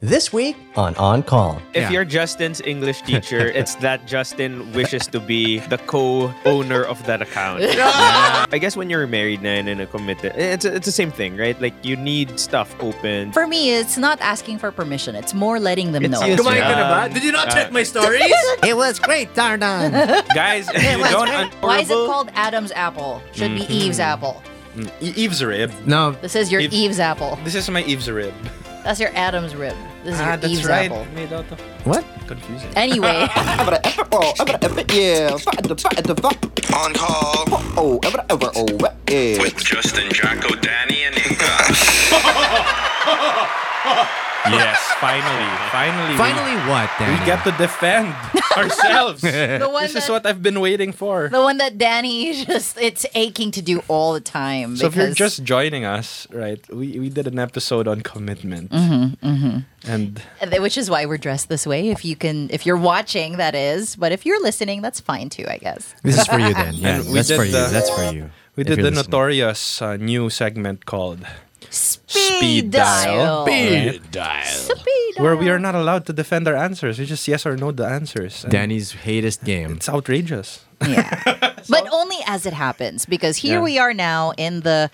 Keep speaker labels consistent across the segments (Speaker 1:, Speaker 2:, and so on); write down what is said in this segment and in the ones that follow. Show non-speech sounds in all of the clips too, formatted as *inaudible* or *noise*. Speaker 1: This week on On Call.
Speaker 2: If
Speaker 3: Yeah.
Speaker 2: you're Justin's English teacher, it's that Justin wishes to be the co-owner of that *laughs* account. I guess when you're married na and in a committed, it's it's the same thing, right? Like you need stuff open.
Speaker 4: For me, it's not asking for permission. It's more letting them
Speaker 2: It's
Speaker 4: know.
Speaker 2: you-
Speaker 3: Kumain ka na ba?
Speaker 2: Um,
Speaker 3: Did you not
Speaker 2: uh,
Speaker 3: check my stories?
Speaker 1: *laughs* It was great,
Speaker 5: *laughs*
Speaker 1: Darnan.
Speaker 2: *laughs* Guys, if you don't
Speaker 4: Why is it
Speaker 2: honorable-
Speaker 4: called Adam's apple? Should
Speaker 3: Mm-hmm.
Speaker 4: be Eve's apple.
Speaker 3: E- Eve's rib.
Speaker 1: no,
Speaker 4: This is your
Speaker 3: Eve-
Speaker 4: Eve's apple.
Speaker 3: This is my Eve's rib.
Speaker 4: That's your Adam's rib. This is your
Speaker 3: ah, that's
Speaker 4: Eve's
Speaker 3: right.
Speaker 4: apple.
Speaker 3: Made out of
Speaker 1: what?
Speaker 3: confusing. *laughs*
Speaker 4: Anyway,
Speaker 6: Abra, oh, abra, abra, yeah. Fa- da- fa- da- fa-
Speaker 7: On call
Speaker 6: Oh, abra, abra, oh, yeah.
Speaker 7: with Justin, Jocko, Danny, and Inka.
Speaker 3: yes, finally, finally,
Speaker 1: Finally, what,
Speaker 3: we,
Speaker 1: Danny?
Speaker 3: we get to defend ourselves.
Speaker 4: the one
Speaker 3: this
Speaker 4: that,
Speaker 3: is what I've been waiting for.
Speaker 4: the one that Danny *laughs* just it's aching to do all the time.
Speaker 3: So if you're
Speaker 4: because-
Speaker 3: just joining us, right? We we did an episode on commitment,
Speaker 4: Mm-hmm,
Speaker 3: and
Speaker 4: which is why we're dressed this way. If you can, if you're watching, that is. But if you're listening, that's fine too, I guess.
Speaker 1: This is for you
Speaker 3: *laughs*
Speaker 1: then. Yeah,
Speaker 3: And we
Speaker 1: that's
Speaker 3: did
Speaker 1: for you.
Speaker 3: the-
Speaker 1: That's for you.
Speaker 3: we
Speaker 1: If
Speaker 3: did
Speaker 1: you're
Speaker 3: the
Speaker 1: listening.
Speaker 3: notorious uh, new segment called
Speaker 4: Speed, dial.
Speaker 3: dial. Speed
Speaker 4: dial. Speed
Speaker 3: where we
Speaker 4: dial.
Speaker 3: are not allowed to defend our answers. It's just yes or no the answers. And
Speaker 1: Danny's hatest game.
Speaker 3: It's outrageous.
Speaker 4: Yeah. but only as it happens, because here
Speaker 3: Yeah.
Speaker 4: we are now in the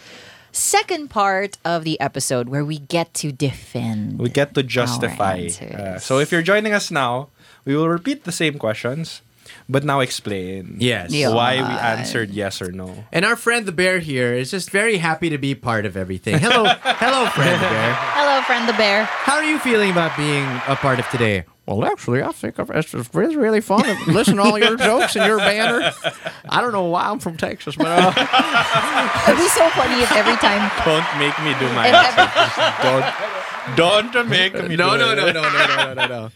Speaker 4: second part of the episode where we get to defend.
Speaker 3: We get to
Speaker 4: Our
Speaker 3: justify.
Speaker 4: answers.
Speaker 3: Uh, so if you're joining us now, we will repeat the same questions, but now explain
Speaker 1: Yes.
Speaker 4: Yeah.
Speaker 3: why we answered yes or no.
Speaker 1: And our friend the bear here is just very happy to be part of everything. Hello, *laughs* hello, friend the bear.
Speaker 4: Hello, friend the bear.
Speaker 1: How are you feeling about being a part of today?
Speaker 5: Well, actually, I think it's just really, really fun *laughs* to listen to all your jokes and your banter. I don't know why I'm from Texas, but uh,
Speaker 1: *laughs*
Speaker 4: It'd be so funny if every time.
Speaker 3: Don't make me do *laughs*
Speaker 4: If
Speaker 3: my
Speaker 4: every,
Speaker 3: don't don't make me
Speaker 1: No,
Speaker 3: do
Speaker 1: no,
Speaker 3: it.
Speaker 1: no, no, no, no, no,
Speaker 5: *laughs*
Speaker 1: no, no.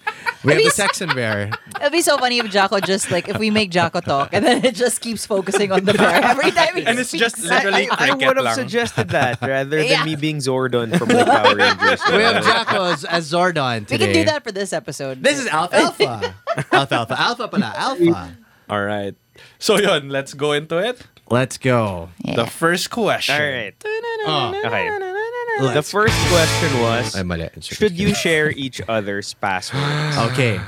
Speaker 1: We have the Texan bear.
Speaker 4: it'd be so funny if Jocko just like if we make Jocko talk and then it just keeps focusing on the bear every time. He
Speaker 3: And it's
Speaker 4: speaks.
Speaker 3: just literally
Speaker 2: I
Speaker 3: cricket
Speaker 2: would have
Speaker 3: lang.
Speaker 2: suggested *laughs* that rather than
Speaker 4: Yeah.
Speaker 2: me being Zordon *laughs* from the Power Rangers.
Speaker 1: *laughs* We have Jocko as, as Zordon
Speaker 4: we
Speaker 1: today.
Speaker 4: can do that for this episode.
Speaker 1: This is alfalfa. alfalfa. Alpha pala. Alpha.
Speaker 3: All right. So yun, let's go into it.
Speaker 1: Let's go.
Speaker 3: The first question.
Speaker 2: All right.
Speaker 1: Oh,
Speaker 2: Okay. The
Speaker 1: let's-
Speaker 2: first question was:
Speaker 1: I'm mali- it's-
Speaker 2: Should you share each other's *gasps* passwords?
Speaker 1: Okay.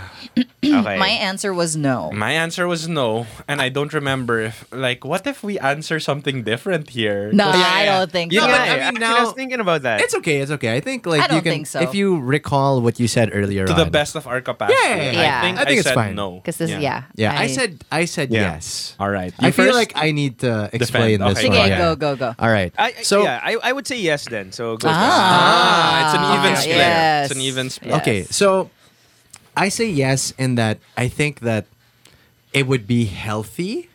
Speaker 2: Okay.
Speaker 4: My answer was no.
Speaker 3: My answer was no, and I don't remember if like what if we answer something different here?
Speaker 4: No,
Speaker 3: Yeah,
Speaker 4: I
Speaker 3: yeah.
Speaker 4: don't think
Speaker 1: You
Speaker 4: so.
Speaker 1: know
Speaker 2: Yeah,
Speaker 1: what? I mean,
Speaker 2: actually, I
Speaker 1: now-
Speaker 2: was thinking about that.
Speaker 1: It's okay. It's okay. I think like
Speaker 4: I don't
Speaker 1: you can
Speaker 4: think so.
Speaker 1: if you recall what you said earlier
Speaker 3: To
Speaker 1: on.
Speaker 3: the best of our capacity.
Speaker 1: Yeah,
Speaker 4: yeah,
Speaker 3: I think
Speaker 1: I think
Speaker 3: I
Speaker 1: it's
Speaker 3: said
Speaker 1: fine.
Speaker 3: no.
Speaker 4: Because this, yeah.
Speaker 1: Yeah, I, said I said
Speaker 3: Yeah.
Speaker 1: yes.
Speaker 3: All right.
Speaker 1: I
Speaker 3: You
Speaker 1: feel
Speaker 3: first?
Speaker 1: like I need to explain this
Speaker 3: Okay.
Speaker 4: Sige,
Speaker 1: one.
Speaker 3: Well,
Speaker 4: go, go, go.
Speaker 1: All right.
Speaker 2: I, I-
Speaker 1: so
Speaker 2: yeah, I, I would say yes then. So go.
Speaker 1: uh,
Speaker 3: Ah, it's an even
Speaker 4: Ah,
Speaker 3: split.
Speaker 4: yes.
Speaker 3: It's an even split.
Speaker 4: Yes.
Speaker 1: okay, so I say yes in that I think that it would be healthy.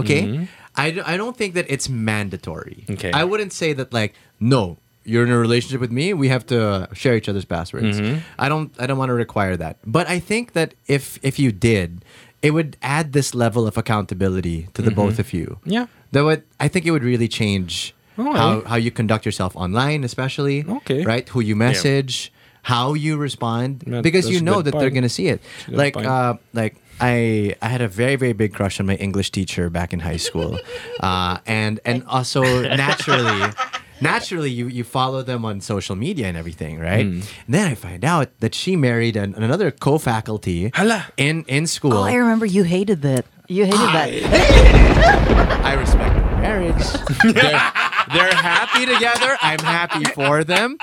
Speaker 1: Okay? I, d- I don't think that it's mandatory.
Speaker 3: Mm-hmm. Okay.
Speaker 1: I wouldn't say that like no, you're in a relationship with me, we have to share each other's passwords.
Speaker 3: Mm-hmm.
Speaker 1: I don't I don't want to require that. But I think that if if you did, it would add this level of accountability to the both of you.
Speaker 3: Mm-hmm. Yeah. Oh.
Speaker 1: That would I think it would really change
Speaker 3: Alright.
Speaker 1: how, how you conduct yourself online, especially.
Speaker 3: Okay.
Speaker 1: Right? Who you message, how you respond.
Speaker 3: Yeah,
Speaker 1: because
Speaker 3: that's
Speaker 1: you
Speaker 3: a
Speaker 1: know
Speaker 3: good
Speaker 1: that they're
Speaker 3: point.
Speaker 1: gonna see it.
Speaker 3: good
Speaker 1: Like
Speaker 3: point.
Speaker 1: uh like I I had a very, very big crush on my English teacher back in high
Speaker 3: *laughs*
Speaker 1: school. uh and and also naturally Naturally, you, you follow them on social media and everything, right?
Speaker 3: Hmm.
Speaker 1: And then I find out that she married an, another co-faculty
Speaker 3: Hala.
Speaker 1: in in school.
Speaker 4: Oh, I remember you hated that. You hated that.
Speaker 1: I respect their
Speaker 4: *laughs*
Speaker 1: marriage. they're, they're happy together. I'm happy for them.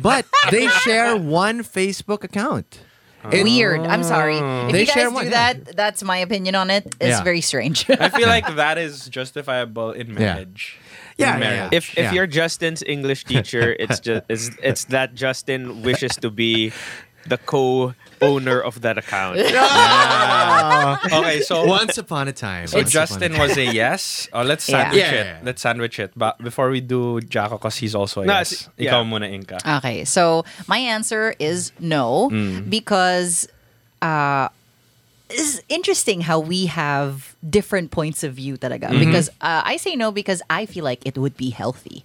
Speaker 1: But they share one Facebook account. It-
Speaker 4: Uh-huh. Weird. I'm sorry. If
Speaker 1: They
Speaker 4: you guys
Speaker 1: share
Speaker 4: do
Speaker 1: one-
Speaker 4: that, that's my opinion on it. It's
Speaker 1: Yeah.
Speaker 4: very
Speaker 1: *laughs*
Speaker 4: strange.
Speaker 3: I feel like that is justifiable in marriage.
Speaker 1: Yeah, yeah,
Speaker 3: In
Speaker 1: yeah.
Speaker 3: marriage.
Speaker 2: If if
Speaker 1: Yeah.
Speaker 2: you're Justin's English teacher, it's just it's, it's that Justin wishes to be the co-owner of that
Speaker 4: *laughs*
Speaker 2: account.
Speaker 3: okay,
Speaker 1: *laughs*
Speaker 3: so
Speaker 1: Once upon a time.
Speaker 3: So
Speaker 1: once
Speaker 3: Justin
Speaker 1: upon a
Speaker 3: was a yes. Oh, let's
Speaker 4: Yeah.
Speaker 3: sandwich
Speaker 1: Yeah,
Speaker 3: it.
Speaker 1: yeah, yeah.
Speaker 3: Let's sandwich it. But before we do Jaco, because he's also a
Speaker 2: No,
Speaker 3: yes.
Speaker 2: it's- yeah.
Speaker 3: Ikaw muna, Inka.
Speaker 1: Uh,
Speaker 4: Okay, so my answer is no because uh, it's interesting how we have different points of view talaga. Because uh, I say no because I feel like it would be healthy.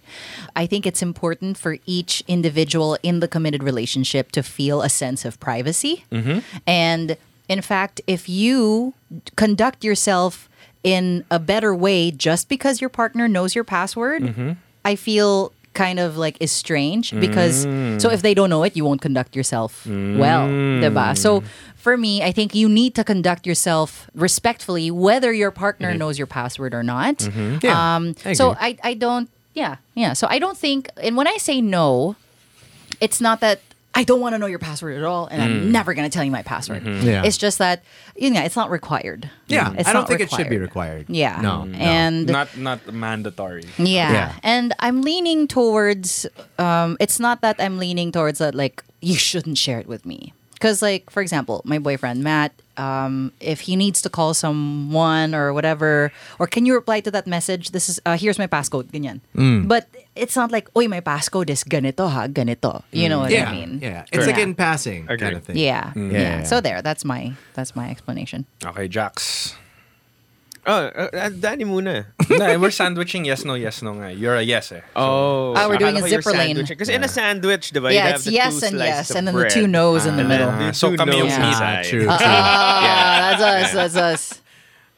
Speaker 4: I think it's important for each individual in the committed relationship to feel a sense of privacy. And in fact, if you conduct yourself in a better way just because your partner knows your password, I feel kind of like is strange because so if they don't know it, you won't conduct yourself well, diba?
Speaker 1: Mm.
Speaker 4: So for me, I think you need to conduct yourself respectfully, whether your partner knows your password or not.
Speaker 1: *laughs* Yeah,
Speaker 4: um,
Speaker 1: Mm-hmm. I
Speaker 4: so
Speaker 1: agree.
Speaker 4: I I don't yeah yeah. So I don't think and when I say no, it's not that. I don't want to know your password at all, and I'm never going to tell you my password.
Speaker 1: Mm. Mm-hmm. Yeah.
Speaker 4: It's just that, you know, it's not required.
Speaker 1: Yeah, I
Speaker 4: It's
Speaker 1: don't
Speaker 4: not
Speaker 1: think it should be required.
Speaker 4: yeah.
Speaker 1: No. no.
Speaker 4: And
Speaker 3: Not not mandatory.
Speaker 4: yeah.
Speaker 1: Yeah.
Speaker 4: And I'm leaning towards um it's not that I'm leaning towards that like you shouldn't share it with me. Cuz like for example, my boyfriend Matt um if he needs to call someone or whatever or can you reply to that message? This is uh, here's my passcode ganyan.
Speaker 1: Mm.
Speaker 4: But it's not like oy my passcode is ganito ha ganito. You know what
Speaker 1: Mm. yeah.
Speaker 4: I mean?
Speaker 1: yeah. It's like
Speaker 4: Yeah.
Speaker 1: in passing kind of thing.
Speaker 4: Yeah.
Speaker 1: Yeah,
Speaker 4: yeah.
Speaker 1: yeah.
Speaker 4: So there, that's my that's my explanation.
Speaker 3: Okay, Jax.
Speaker 2: Oh, uh, uh, Danny muna.
Speaker 3: *laughs* no, we're sandwiching yes, no, yes, no. Nga. You're a yes eh.
Speaker 2: Oh,
Speaker 4: Ah, we're doing a zipper lane.
Speaker 2: Because in a sandwich, diba, you
Speaker 4: yeah,
Speaker 2: have
Speaker 4: it's
Speaker 2: the
Speaker 4: yes
Speaker 2: two
Speaker 4: and
Speaker 2: slices
Speaker 4: yes
Speaker 2: of
Speaker 4: and then
Speaker 2: bread.
Speaker 4: the two no's in the
Speaker 2: *laughs*
Speaker 3: Ah,
Speaker 4: middle. Uh,
Speaker 2: The
Speaker 3: So
Speaker 2: two
Speaker 3: kami yung
Speaker 2: no's
Speaker 4: Yeah.
Speaker 1: Ah,
Speaker 2: inside.
Speaker 1: true. true.
Speaker 4: Ah, that's us. That's us.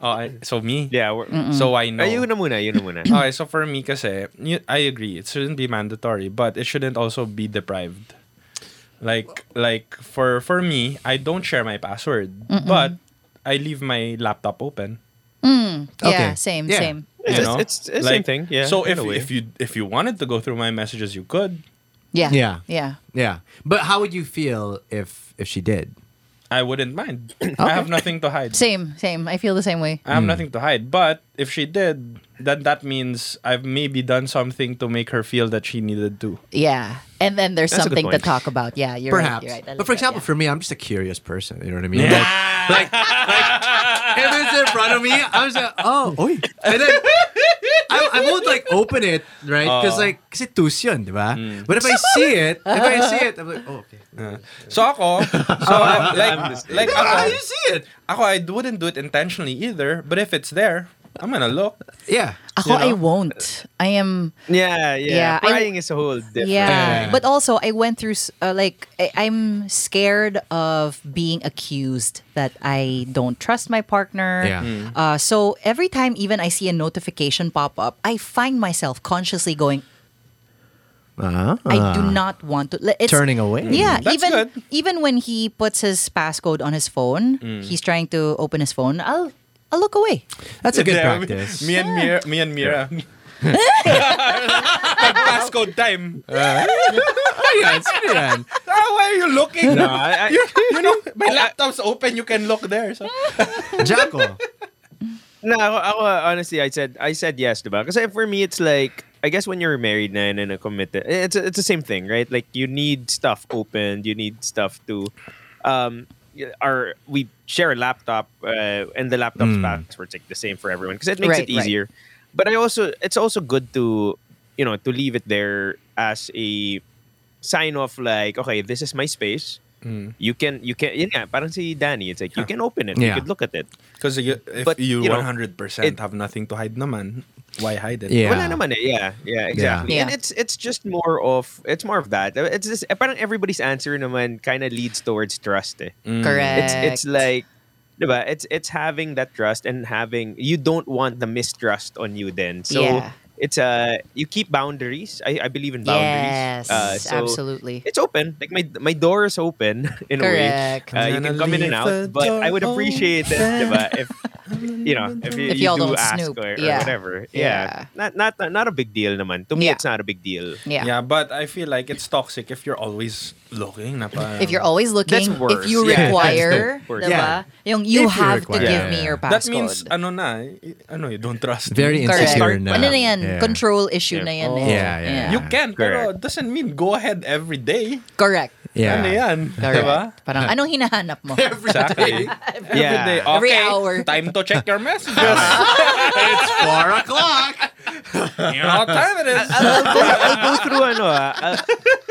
Speaker 3: Oh, I- so me?
Speaker 2: Yeah, we're,
Speaker 3: So I know.
Speaker 2: Ay, yun na muna, yun na muna.
Speaker 3: Okay, so for me kasi, y- I agree. It shouldn't be mandatory, but it shouldn't also be deprived. Like like for for me, I don't share my password, but I leave my laptop open.
Speaker 1: Okay.
Speaker 4: Yeah, same,
Speaker 1: Yeah.
Speaker 4: same.
Speaker 2: It's-
Speaker 3: you
Speaker 2: it's-
Speaker 3: know?
Speaker 2: it's- it's same thing, yeah,
Speaker 3: So
Speaker 2: in
Speaker 3: if
Speaker 2: a way.
Speaker 3: if you if you wanted to go through my messages, you could.
Speaker 4: Yeah.
Speaker 1: Yeah.
Speaker 4: Yeah.
Speaker 1: Yeah. But how would you feel if if she did?
Speaker 3: I wouldn't
Speaker 2: *clears throat*
Speaker 3: mind. I have nothing to hide.
Speaker 4: Same, same. I feel the same way.
Speaker 3: I have nothing to hide. But if she did, then that means I've maybe done something to make her feel that she needed
Speaker 1: *laughs*
Speaker 3: to.
Speaker 4: Yeah. And then there's
Speaker 2: That's a good
Speaker 4: something to
Speaker 2: point.
Speaker 4: talk about. Yeah, you're
Speaker 1: Perhaps.
Speaker 4: right. You're right. I
Speaker 1: But
Speaker 4: like
Speaker 1: for
Speaker 4: that,
Speaker 1: example,
Speaker 4: yeah.
Speaker 1: for me, I'm just a curious person. You know what I mean? Like, like, like, if it's in front of me, I was like, oh, oy. And then I, I won't like open it, right? Because
Speaker 3: Uh-huh.
Speaker 1: like, kasi tus yun, di ba?
Speaker 3: Mm.
Speaker 1: But if I see it, if I see it, I'm like, oh, okay.
Speaker 3: So
Speaker 1: *laughs*
Speaker 3: ako, so I'm, like, like
Speaker 1: How do
Speaker 3: ako,
Speaker 1: Ah, you see it?
Speaker 3: ako, I wouldn't do it intentionally either. But if it's there, I'm gonna look.
Speaker 1: Yeah.
Speaker 4: Ako, I won't. I am.
Speaker 2: Yeah, yeah.
Speaker 4: Yeah, I-
Speaker 2: Prying is a whole different.
Speaker 1: Yeah.
Speaker 4: Yeah. But also, I went through, s- uh, like, I, I'm scared of being accused that I don't trust my partner.
Speaker 1: Yeah.
Speaker 2: Hmm.
Speaker 1: Mm.
Speaker 4: Uh, so every time, even I see a notification pop up, I find myself consciously going,
Speaker 1: Uh-huh.
Speaker 4: I do not want to. li- It's,
Speaker 1: Turning away.
Speaker 4: Yeah,
Speaker 3: That's
Speaker 4: even
Speaker 3: good.
Speaker 4: even when he puts his passcode on his phone, he's trying to open his phone. I'll I'll look away.
Speaker 1: That's a good
Speaker 3: There,
Speaker 1: practice.
Speaker 3: Me, me and Mira, me and Mira. *laughs* Passcode time.
Speaker 1: Ah. Oh, yeah, it's good, man.
Speaker 3: Ah, why are you looking?
Speaker 2: No, I, I,
Speaker 3: you know, my laptop's open. You can look there.
Speaker 1: *laughs*
Speaker 3: So.
Speaker 1: Jacko.
Speaker 2: No, ako, ako, honestly, I said I said yes, diba? Kasi for me, it's like I guess when you're married na and in a committed, eh, it's it's the same thing, right? Like you need stuff opened, you need stuff to, um, our we share a laptop, uh, and the laptop's
Speaker 1: Hmm.
Speaker 2: password's like the same for everyone because it makes
Speaker 4: Right,
Speaker 2: it
Speaker 4: right.
Speaker 2: easier. But I also it's also good to, you know, to leave it there as a sign off. Like okay, this is my space. You can you can yeah, parang si Danny. It's like you can open it,
Speaker 1: Hmm. Yeah.
Speaker 2: you can look at it.
Speaker 3: Because if
Speaker 2: But,
Speaker 3: you,
Speaker 2: you know,
Speaker 3: 100%
Speaker 2: it-
Speaker 3: have nothing to hide naman, why hide it?
Speaker 1: Yeah.
Speaker 2: Wala naman eh. Yeah, yeah, exactly.
Speaker 4: Yeah.
Speaker 2: And it's it's just more of it's more of that. It's just eh, parang everybody's answer naman kind of leads towards trust. Eh.
Speaker 4: Mm. Correct.
Speaker 2: It's it's like, diba? It's it's having that trust and having you don't want the mistrust on you then. So
Speaker 4: Yeah.
Speaker 2: it's uh you keep boundaries. I, I believe in boundaries.
Speaker 4: yes,
Speaker 2: Uh, so
Speaker 4: absolutely.
Speaker 2: It's open. Like my my door is open *laughs* in a
Speaker 4: Correct.
Speaker 2: way. Uh, you
Speaker 3: I'm
Speaker 2: can
Speaker 3: gonna
Speaker 2: come in and out,
Speaker 3: leave the
Speaker 2: but I would
Speaker 3: door
Speaker 2: appreciate it, diba? If
Speaker 3: *laughs*
Speaker 2: you know, if you,
Speaker 4: If
Speaker 2: you
Speaker 4: y'all
Speaker 2: do
Speaker 4: don't
Speaker 2: ask
Speaker 4: snoop,
Speaker 2: or, or
Speaker 4: yeah.
Speaker 2: whatever,
Speaker 4: Yeah.
Speaker 2: yeah. not not not not a big deal, naman. To me,
Speaker 4: Yeah.
Speaker 2: it's not a big deal.
Speaker 4: yeah.
Speaker 3: Yeah, but I feel like it's toxic if you're always looking. um, Na parang-
Speaker 4: If you're always looking,
Speaker 2: That's worse.
Speaker 4: if you
Speaker 2: Yeah, that's
Speaker 4: require,
Speaker 2: worse.
Speaker 4: diba? Yung,
Speaker 1: If
Speaker 4: you
Speaker 1: you
Speaker 4: have to
Speaker 1: require.
Speaker 4: give
Speaker 1: Yeah,
Speaker 4: me
Speaker 1: yeah.
Speaker 4: your
Speaker 3: that
Speaker 4: passcode.
Speaker 3: means ano na, eh, ano, you don't trust.
Speaker 1: Very
Speaker 3: me.
Speaker 4: Correct.
Speaker 1: insecure na.
Speaker 4: Ano na yan?
Speaker 1: Yeah.
Speaker 4: Control issue na yan. eh.
Speaker 1: Yeah, yeah, yeah.
Speaker 4: yeah.
Speaker 3: You can, pero
Speaker 2: Correct.
Speaker 3: it doesn't mean go ahead every day.
Speaker 4: Correct.
Speaker 1: Yeah.
Speaker 3: Ano yan?
Speaker 4: Correct.
Speaker 3: Diba?
Speaker 4: Parang anong hinahanap *laughs* mo?
Speaker 3: Exactly.
Speaker 2: Yeah.
Speaker 3: Every day. Okay.
Speaker 4: Every hour.
Speaker 3: Time to check your messages.
Speaker 1: it's four o'clock.
Speaker 3: you know what time it is.
Speaker 2: I'll, go, I'll go through ano, ah. I'll,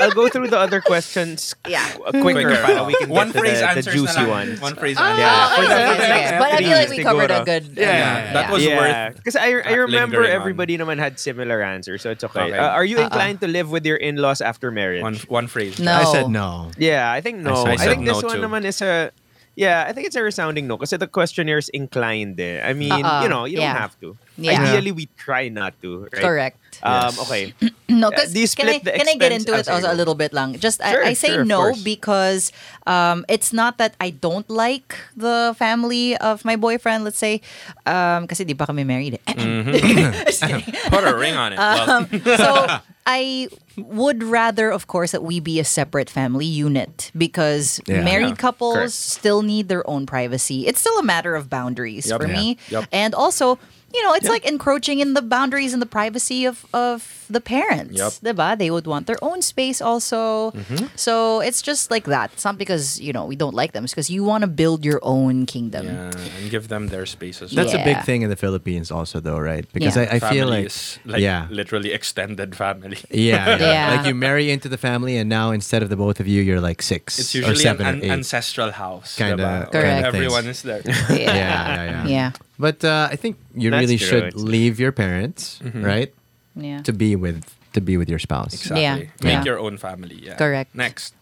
Speaker 2: I'll go through the other questions
Speaker 4: *laughs* Yeah.
Speaker 2: qu- quicker, para we can
Speaker 3: One
Speaker 2: get to
Speaker 3: phrase
Speaker 2: the, the
Speaker 3: answers na
Speaker 2: juicy
Speaker 3: lang.
Speaker 2: ones.
Speaker 3: One phrase
Speaker 2: Yeah.
Speaker 3: answers.
Speaker 2: For the-
Speaker 4: Oh, Okay,
Speaker 2: for the
Speaker 4: okay.
Speaker 2: next
Speaker 4: But I feel like we
Speaker 2: three,
Speaker 4: covered a
Speaker 2: siguro.
Speaker 4: good. uh,
Speaker 1: Yeah,
Speaker 3: That was
Speaker 2: yeah,
Speaker 3: worth
Speaker 2: because I, I
Speaker 3: that
Speaker 2: remember
Speaker 3: lingering on.
Speaker 2: everybody naman had similar answers, so it's okay.
Speaker 3: Okay.
Speaker 2: Uh, are you
Speaker 4: Uh-uh.
Speaker 2: inclined to live with your in-laws after marriage?
Speaker 3: one, one phrase.
Speaker 4: No.
Speaker 1: I said no.
Speaker 2: Yeah, I think no.
Speaker 1: I
Speaker 2: I,
Speaker 1: said
Speaker 2: think
Speaker 3: no
Speaker 2: this one
Speaker 3: too.
Speaker 2: naman is a Yeah, I think it's a resounding no kasi the questionnaire is inclined eh. I mean, you
Speaker 4: Uh-uh.
Speaker 2: know, you
Speaker 4: Yeah.
Speaker 2: don't have to.
Speaker 4: Yeah.
Speaker 2: Ideally, we try not to, right?
Speaker 4: Correct.
Speaker 2: Um,
Speaker 3: *clears throat*
Speaker 2: okay.
Speaker 4: No,
Speaker 2: Uh,
Speaker 4: because
Speaker 2: do you
Speaker 4: can I
Speaker 2: split the
Speaker 4: can I
Speaker 2: expense-
Speaker 4: get into
Speaker 2: I'm
Speaker 4: it
Speaker 2: sorry,
Speaker 4: also
Speaker 2: go.
Speaker 4: a little bit lang? Just
Speaker 2: Sure,
Speaker 4: I, I say
Speaker 2: sure, of
Speaker 4: no
Speaker 2: course.
Speaker 4: because um, it's not that I don't like the family of my boyfriend. Let's say, um, kasi di pa kami married. eh.
Speaker 2: Mm-hmm.
Speaker 4: *laughs* Just kidding.
Speaker 3: Put a ring on it. Well,
Speaker 4: so I would rather, of course, that we be a separate family unit because
Speaker 1: Yeah.
Speaker 4: married
Speaker 2: Yeah,
Speaker 4: couples
Speaker 2: correct.
Speaker 4: still need their own privacy. It's still a matter of boundaries
Speaker 3: Yep.
Speaker 4: for
Speaker 3: Yeah.
Speaker 4: me,
Speaker 3: Yep.
Speaker 4: and also. You know, it's like encroaching in the boundaries and the privacy of, of the parents.
Speaker 3: Yep.
Speaker 4: Diba? They would want their own space also. So it's just like that. It's not because, you know, we don't like them. It's because you want to build your own kingdom.
Speaker 3: yeah, and give them their space as well.
Speaker 1: That's a
Speaker 4: Yeah.
Speaker 1: big thing in the Philippines, also, though, right? Because
Speaker 4: Yeah.
Speaker 1: I, I feel like,
Speaker 3: Families,
Speaker 1: yeah,
Speaker 3: literally extended family.
Speaker 4: *laughs*
Speaker 1: yeah, yeah,
Speaker 4: Yeah.
Speaker 1: like you marry into the family, and now instead of the both of you, you're like six
Speaker 3: *laughs* It's
Speaker 1: or
Speaker 3: usually an,
Speaker 1: seven
Speaker 3: an
Speaker 1: or eight.
Speaker 3: ancestral house.
Speaker 1: Kinda-
Speaker 4: kinda
Speaker 3: diba? Where
Speaker 4: things.
Speaker 3: Everyone is
Speaker 1: *laughs*
Speaker 3: there.
Speaker 1: yeah, yeah, yeah.
Speaker 4: Yeah.
Speaker 1: But uh, I think you
Speaker 2: That's Mm-hmm. true,
Speaker 1: really should
Speaker 2: actually.
Speaker 1: leave your parents, right,
Speaker 4: Yeah.
Speaker 1: to be with to be with your spouse.
Speaker 3: Exactly.
Speaker 4: Yeah,
Speaker 3: Make
Speaker 4: yeah.
Speaker 3: your own family. Yeah.
Speaker 4: Correct.
Speaker 3: Next.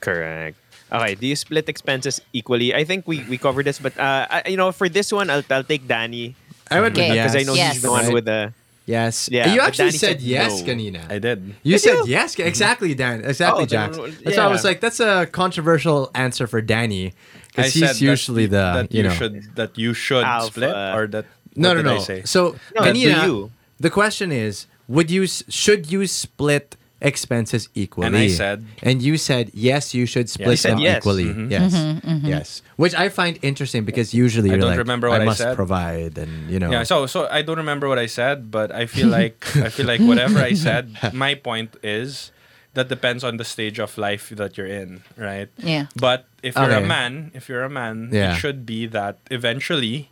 Speaker 2: Correct. Okay, do you split expenses equally? I think we, we covered this, but uh, I, you know, for this one, I'll, I'll take Danny
Speaker 1: I would
Speaker 4: Okay.
Speaker 2: because I
Speaker 1: yes.
Speaker 2: know
Speaker 4: Yes.
Speaker 2: he's the one with the.
Speaker 1: yes.
Speaker 2: Yeah,
Speaker 1: you
Speaker 2: but
Speaker 1: actually
Speaker 2: Danny
Speaker 1: said
Speaker 2: said
Speaker 1: yes,
Speaker 2: no. Mm-hmm.
Speaker 1: Kanina.
Speaker 3: I did.
Speaker 1: You said yes, exactly, Dan. Exactly,
Speaker 2: Oh,
Speaker 1: Jax.
Speaker 2: then,
Speaker 1: That's why I was
Speaker 2: yeah.
Speaker 1: like, that's a controversial answer for Danny,
Speaker 3: I
Speaker 1: because
Speaker 3: said
Speaker 1: he's
Speaker 3: that
Speaker 1: usually
Speaker 3: you-
Speaker 1: the
Speaker 3: that
Speaker 1: you know.
Speaker 3: should that you should
Speaker 2: Alpha.
Speaker 3: split or that
Speaker 1: no, no,
Speaker 3: what did
Speaker 1: no.
Speaker 3: I say?
Speaker 1: So
Speaker 2: No, that's
Speaker 1: Kanina,
Speaker 2: you.
Speaker 1: the question is, would you s- should you split expenses equally?
Speaker 3: said-
Speaker 1: and you said yes, you should split
Speaker 2: said
Speaker 1: them
Speaker 2: yes.
Speaker 1: equally.
Speaker 3: Mm-hmm.
Speaker 1: Yes,
Speaker 4: Mm-hmm,
Speaker 1: yes. Which I find interesting because usually
Speaker 3: I
Speaker 1: you're
Speaker 3: don't
Speaker 1: like,
Speaker 3: remember what
Speaker 1: I
Speaker 3: I
Speaker 1: must
Speaker 3: said.
Speaker 1: provide, and you know.
Speaker 3: Yeah,
Speaker 2: Uh-huh.
Speaker 3: so so I don't remember what I said, but I feel like I feel like whatever I
Speaker 2: *laughs*
Speaker 3: said, my point is that depends on the stage of life that you're in, right?
Speaker 4: Yeah.
Speaker 3: But if you're
Speaker 1: Okay.
Speaker 3: a man, if you're a man,
Speaker 1: Yeah.
Speaker 3: it should be that eventually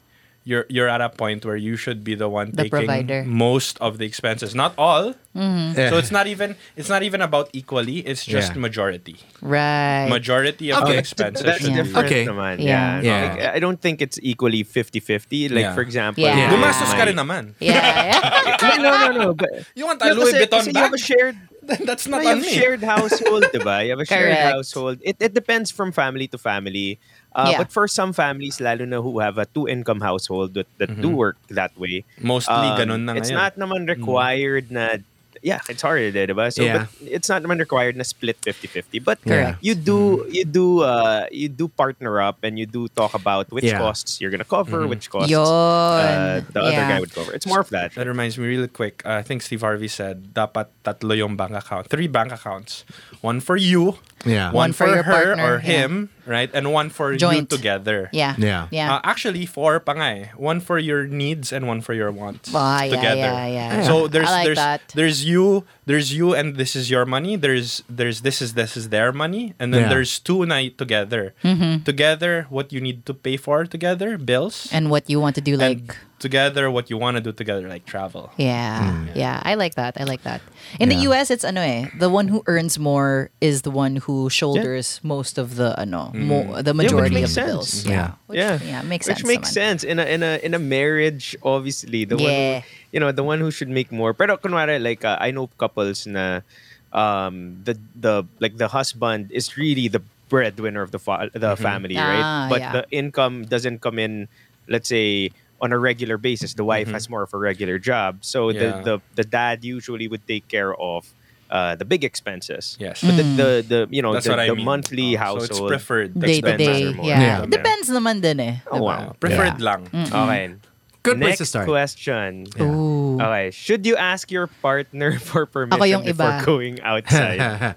Speaker 3: you're you're at a point where you should be the one
Speaker 4: The
Speaker 3: taking
Speaker 4: provider.
Speaker 3: most of the expenses, not all.
Speaker 1: Yeah.
Speaker 3: So it's not even it's not even about equally, it's just
Speaker 1: Yeah.
Speaker 3: majority.
Speaker 4: Right.
Speaker 3: Majority of
Speaker 1: Okay.
Speaker 3: the expenses
Speaker 2: That's
Speaker 3: should be
Speaker 2: different
Speaker 1: Okay.
Speaker 2: naman,
Speaker 4: Yeah.
Speaker 2: Yeah.
Speaker 1: Yeah.
Speaker 2: Like, I don't think it's equally 50-50. Like,
Speaker 3: Yeah.
Speaker 2: for example...
Speaker 4: Yeah.
Speaker 1: Yeah.
Speaker 3: Gumastos ka
Speaker 2: my-
Speaker 3: rin naman.
Speaker 4: yeah.
Speaker 2: No, no, no, no. But,
Speaker 3: You want a
Speaker 2: Yeah,
Speaker 3: Louis
Speaker 2: kasi-
Speaker 3: Vuitton
Speaker 2: kasi you have
Speaker 3: bag?
Speaker 2: a shared
Speaker 3: *laughs* That's
Speaker 2: No,
Speaker 3: not
Speaker 2: you
Speaker 3: on
Speaker 2: have
Speaker 3: me.
Speaker 2: a shared household, diba? You have a shared
Speaker 4: Correct.
Speaker 2: household. It, it depends from family to family. Uh,
Speaker 4: Yeah.
Speaker 2: But for some families, lalo na who have a two-income household that, that do work that way,
Speaker 3: Mostly Mm-hmm. ganun na
Speaker 2: Um, it's
Speaker 3: ngayon. Mm.
Speaker 2: not naman required na, yeah, it's hard, eh, diba? So, but
Speaker 1: Yeah.
Speaker 2: it's not naman required na split 50-50. But
Speaker 4: Correct.
Speaker 2: you do,
Speaker 3: Mm-hmm.
Speaker 2: you do, uh, you do partner up and you do talk about which
Speaker 1: Yeah.
Speaker 2: costs you're gonna cover,
Speaker 3: Mm-hmm.
Speaker 2: which costs
Speaker 4: Yun.
Speaker 2: uh, the other
Speaker 4: Yeah.
Speaker 2: guy would cover. It's more of that.
Speaker 3: That reminds me really quick. Uh, I think Steve Harvey said dapat tatlo yung bank account. Three bank accounts. One for you,
Speaker 1: yeah.
Speaker 3: one,
Speaker 4: One for
Speaker 3: for,
Speaker 4: your
Speaker 3: her
Speaker 4: partner,
Speaker 3: or
Speaker 4: yeah.
Speaker 3: him, right? And one for
Speaker 4: Joint.
Speaker 3: you together.
Speaker 4: Yeah.
Speaker 1: Yeah.
Speaker 4: Yeah.
Speaker 3: Uh, actually, four pa nga eh. One for your needs and one for your wants
Speaker 4: Ah, yeah,
Speaker 3: together.
Speaker 4: yeah, yeah.
Speaker 3: So there's
Speaker 4: I like
Speaker 3: there's
Speaker 4: that.
Speaker 3: there's you there's you and this is your money. There's there's this is this is their money, and then
Speaker 1: Yeah.
Speaker 3: there's two night together.
Speaker 4: Mm-hmm.
Speaker 3: Together, what you need to pay for together, bills,
Speaker 4: and what you want to do, like.
Speaker 3: and together what you want to do together, like travel.
Speaker 4: yeah, yeah, I like that. I like that. In the
Speaker 1: Mm. Yeah.
Speaker 4: US, it's ano eh, the one who earns more is the one who shoulders most of the ano, mo- the
Speaker 2: Mm. which
Speaker 4: majority
Speaker 2: makes
Speaker 4: of the
Speaker 2: sense.
Speaker 4: bills.
Speaker 1: Yeah.
Speaker 4: Which,
Speaker 2: yeah,
Speaker 4: yeah, makes
Speaker 2: Which
Speaker 4: sense.
Speaker 2: makes
Speaker 4: naman.
Speaker 2: sense in a in a in a marriage, obviously the
Speaker 4: Yeah.
Speaker 2: one who, you know the one who should make more. Pero kunwari, like uh, I know couples na um the the like the husband is really the breadwinner of the fa- the
Speaker 3: Mm-hmm.
Speaker 2: family,
Speaker 4: Ah,
Speaker 2: right? But
Speaker 4: yeah.
Speaker 2: the income doesn't come in, let's say. On a regular basis, the wife has more of a regular job, so
Speaker 3: Mm-hmm. Yeah.
Speaker 2: the, the the dad usually would take care of uh, the big expenses.
Speaker 3: Yes.
Speaker 2: but
Speaker 4: Mm.
Speaker 2: the, the the you know
Speaker 3: That's
Speaker 2: the,
Speaker 3: what
Speaker 2: the
Speaker 3: I mean.
Speaker 2: monthly
Speaker 3: Oh,
Speaker 2: household.
Speaker 3: So it's preferred. the
Speaker 4: Day to
Speaker 2: Expenses
Speaker 4: day.
Speaker 2: are
Speaker 3: expenses are more.
Speaker 1: Yeah.
Speaker 4: Yeah. It Depends naman din eh.
Speaker 2: Oh, wow.
Speaker 4: diba?
Speaker 3: Preferred
Speaker 1: Yeah.
Speaker 3: lang.
Speaker 4: Mm.
Speaker 2: Okay.
Speaker 1: Mm-hmm. Good place
Speaker 2: Next
Speaker 1: to start.
Speaker 2: question.
Speaker 1: Yeah.
Speaker 4: Ooh.
Speaker 2: Okay. Should you ask your partner *laughs* for permission
Speaker 4: Ako yung
Speaker 2: before
Speaker 4: iba.
Speaker 1: *laughs*
Speaker 2: going outside?
Speaker 1: *laughs*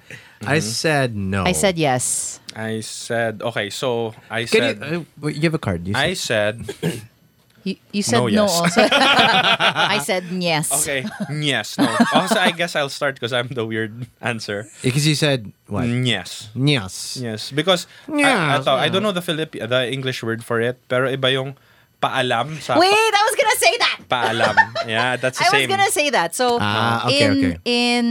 Speaker 1: I
Speaker 3: Mm-hmm.
Speaker 1: said no.
Speaker 4: I said yes.
Speaker 3: I said okay. So I
Speaker 1: Can
Speaker 3: said
Speaker 1: you, uh, wait, you have a card? You
Speaker 3: I
Speaker 1: said-
Speaker 3: said
Speaker 4: You, you said no,
Speaker 3: No, yes.
Speaker 4: also. *laughs* I said yes.
Speaker 3: okay. *laughs* yes. No. Also, I guess I'll start because I'm the weird answer.
Speaker 1: because you said what?
Speaker 3: Yes.
Speaker 1: Yes.
Speaker 3: Yes. Because I, I,
Speaker 1: Yes,
Speaker 3: thought, I don't know the Philip the English word for it, pero iba yung paalam sa
Speaker 4: Wait, I was gonna say that.
Speaker 3: paalam. Yeah, that's the
Speaker 4: I
Speaker 3: same.
Speaker 4: was gonna say that. So
Speaker 1: Ah, okay,
Speaker 4: in
Speaker 1: okay.
Speaker 4: in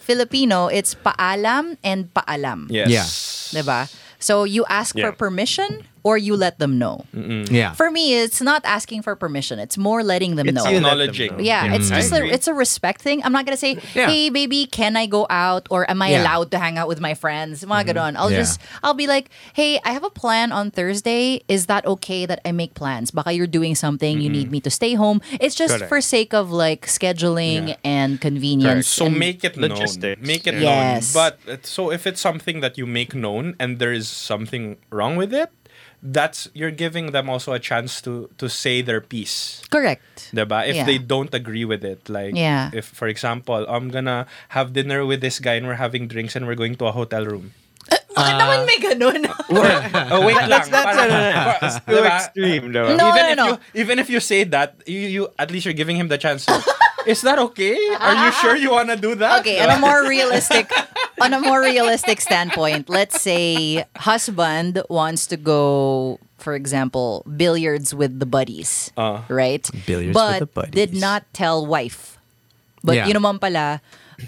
Speaker 4: Filipino, it's paalam and paalam,
Speaker 3: Yes.
Speaker 1: Yeah.
Speaker 4: diba? So you ask
Speaker 2: Yeah.
Speaker 4: for permission or you let them know.
Speaker 1: Yeah.
Speaker 4: For me, it's not asking for permission. It's more letting them
Speaker 2: It's
Speaker 4: know.
Speaker 2: you let them
Speaker 3: Acknowledging.
Speaker 2: know.
Speaker 4: Yeah, it's
Speaker 2: I
Speaker 4: just a,
Speaker 2: agree.
Speaker 4: it's a respect thing. I'm not gonna say,
Speaker 1: Yeah.
Speaker 4: "Hey, baby, can I go out?" or "Am I
Speaker 1: Yeah.
Speaker 4: allowed to hang out with my friends?" Mga ganon. I'll
Speaker 1: Yeah.
Speaker 4: just I'll be like, "Hey, I have a plan on Thursday. Is that okay that I make plans? Baka you're doing something. You need me to stay home. It's just
Speaker 2: Correct.
Speaker 4: for sake of like scheduling
Speaker 3: Yeah.
Speaker 4: and convenience.
Speaker 3: So
Speaker 4: and-
Speaker 3: make it known.
Speaker 2: Logistics.
Speaker 3: Make it
Speaker 4: Yes.
Speaker 3: known. But it- so if it's something that you make known and there is something wrong with it, that's you're giving them also a chance to to say their piece.
Speaker 4: correct.
Speaker 3: Diba?
Speaker 4: Yeah.
Speaker 3: If they don't agree with it, like
Speaker 4: Yeah.
Speaker 3: if for example, I'm gonna have dinner with this guy and we're having drinks and we're going to a hotel room.
Speaker 4: Bakit naman may ganon? *laughs*
Speaker 3: oh wait,
Speaker 2: That's not
Speaker 3: lang. Parang-
Speaker 2: that's too
Speaker 3: Diba?
Speaker 2: extreme, though.
Speaker 4: No,
Speaker 3: even
Speaker 4: no,
Speaker 3: if
Speaker 4: no.
Speaker 3: you even if you say that, you, you at least you're giving him the chance. *laughs* To, Is that okay? Are you sure you wanna do that?
Speaker 4: okay, on a more realistic on a more realistic standpoint, let's say husband wants to go for example, billiards with the buddies,
Speaker 3: Uh.
Speaker 4: right?
Speaker 1: Billiards with
Speaker 4: but
Speaker 1: the buddies.
Speaker 4: did not tell wife. But
Speaker 1: Yeah.
Speaker 4: you know man pala,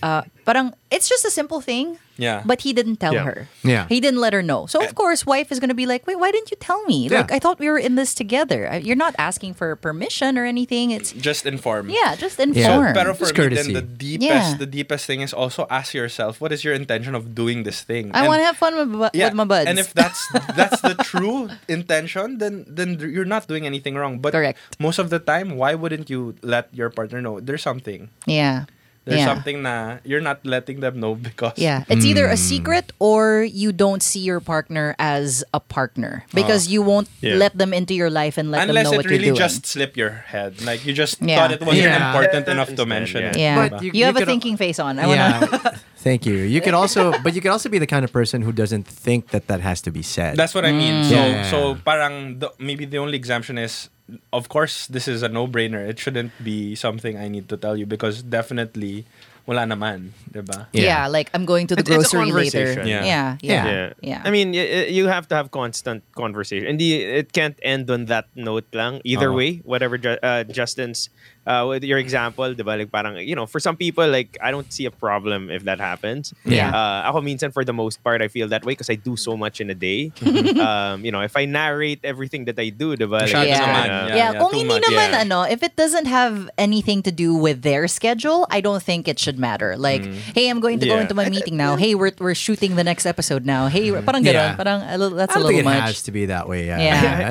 Speaker 4: uh, parang it's just a simple thing.
Speaker 3: Yeah. Uh,
Speaker 4: But he didn't tell
Speaker 3: Yeah.
Speaker 4: her.
Speaker 1: Yeah.
Speaker 4: He didn't let her know. So of course, wife is gonna be like, "Wait, why didn't you tell me?
Speaker 1: Yeah.
Speaker 4: Like, I thought we were in this together. I- You're not asking for permission or anything. It's
Speaker 3: Just inform.
Speaker 4: yeah, just
Speaker 1: So,
Speaker 4: inform.
Speaker 3: Pero for
Speaker 1: It's
Speaker 3: me,
Speaker 1: courtesy.
Speaker 3: then the deepest,
Speaker 4: Yeah.
Speaker 3: the deepest thing is also ask yourself, what is your intention of doing this
Speaker 4: I
Speaker 3: thing? And-
Speaker 4: want to have fun with, bu- with my buds.
Speaker 3: And if
Speaker 4: *laughs*
Speaker 3: that's that's the true intention, then then you're not doing anything wrong. But
Speaker 4: Correct.
Speaker 3: most of the time, why wouldn't you let your partner know? There's something.
Speaker 4: yeah.
Speaker 3: There's
Speaker 4: yeah.
Speaker 3: something na you're not letting them know because
Speaker 4: Yeah, it's either
Speaker 1: Hmm.
Speaker 4: a secret or you don't see your partner as a partner because you won't
Speaker 2: Yeah.
Speaker 4: let them into your life and let
Speaker 3: Unless
Speaker 4: them know
Speaker 3: it
Speaker 4: what you're
Speaker 3: really
Speaker 4: doing.
Speaker 3: just slipped your head. Like you just
Speaker 4: Yeah.
Speaker 3: thought it wasn't
Speaker 1: Yeah.
Speaker 3: important
Speaker 2: Yeah.
Speaker 3: enough to mention it.
Speaker 4: yeah,
Speaker 1: But
Speaker 4: you,
Speaker 1: you- you
Speaker 4: have
Speaker 1: could
Speaker 4: a
Speaker 1: al-
Speaker 4: thinking face on. I wanna.
Speaker 1: Yeah. Thank you. You could also, but you could also be the kind of person who doesn't think that that has to be said.
Speaker 3: That's what I mean. So
Speaker 2: Mm.
Speaker 1: Yeah.
Speaker 3: so parang the, maybe the only exemption is of course this is a no-brainer. It shouldn't be something I need to tell you because definitely wala naman, 'di ba?
Speaker 1: Yeah.
Speaker 4: *laughs* Yeah. like I'm going to the
Speaker 2: It's- it's a
Speaker 4: grocery later.
Speaker 2: conversation.
Speaker 3: Yeah.
Speaker 4: Yeah, yeah,
Speaker 2: Yeah.
Speaker 4: yeah.
Speaker 2: I mean, y- y- you have to have constant conversation, and the, it can't end on that note lang. Either
Speaker 3: Uh-huh.
Speaker 2: way, whatever Ju- uh, Justin's uh, with your example, diba, like parang you know, for some people, like I don't see a problem if that happens.
Speaker 4: Yeah.
Speaker 2: Uh, ako minsan for the most part, I feel that way because I do so much in a
Speaker 4: *laughs*
Speaker 2: day.
Speaker 4: Mm-hmm.
Speaker 2: um, you know, if I narrate everything that I do, diba, like,
Speaker 3: Masyado
Speaker 2: it's
Speaker 4: Yeah.
Speaker 2: kinda-
Speaker 3: naman,
Speaker 2: *laughs*
Speaker 4: yeah,
Speaker 3: yeah, yeah,
Speaker 4: kung
Speaker 3: too
Speaker 4: hindi
Speaker 3: much,
Speaker 4: naman
Speaker 3: yeah.
Speaker 4: ano, if it doesn't have anything to do with their schedule, I don't think it should matter. Like,
Speaker 1: Hmm.
Speaker 4: hey, I'm going to go
Speaker 2: Yeah.
Speaker 4: into my meeting now. Hey, we're, we're shooting the next episode now. Hey, parang
Speaker 1: Yeah.
Speaker 4: ganun, parang a little, that's
Speaker 1: I
Speaker 4: a
Speaker 1: don't think it
Speaker 4: little much.
Speaker 1: has to be that way. Yeah.
Speaker 4: Yeah.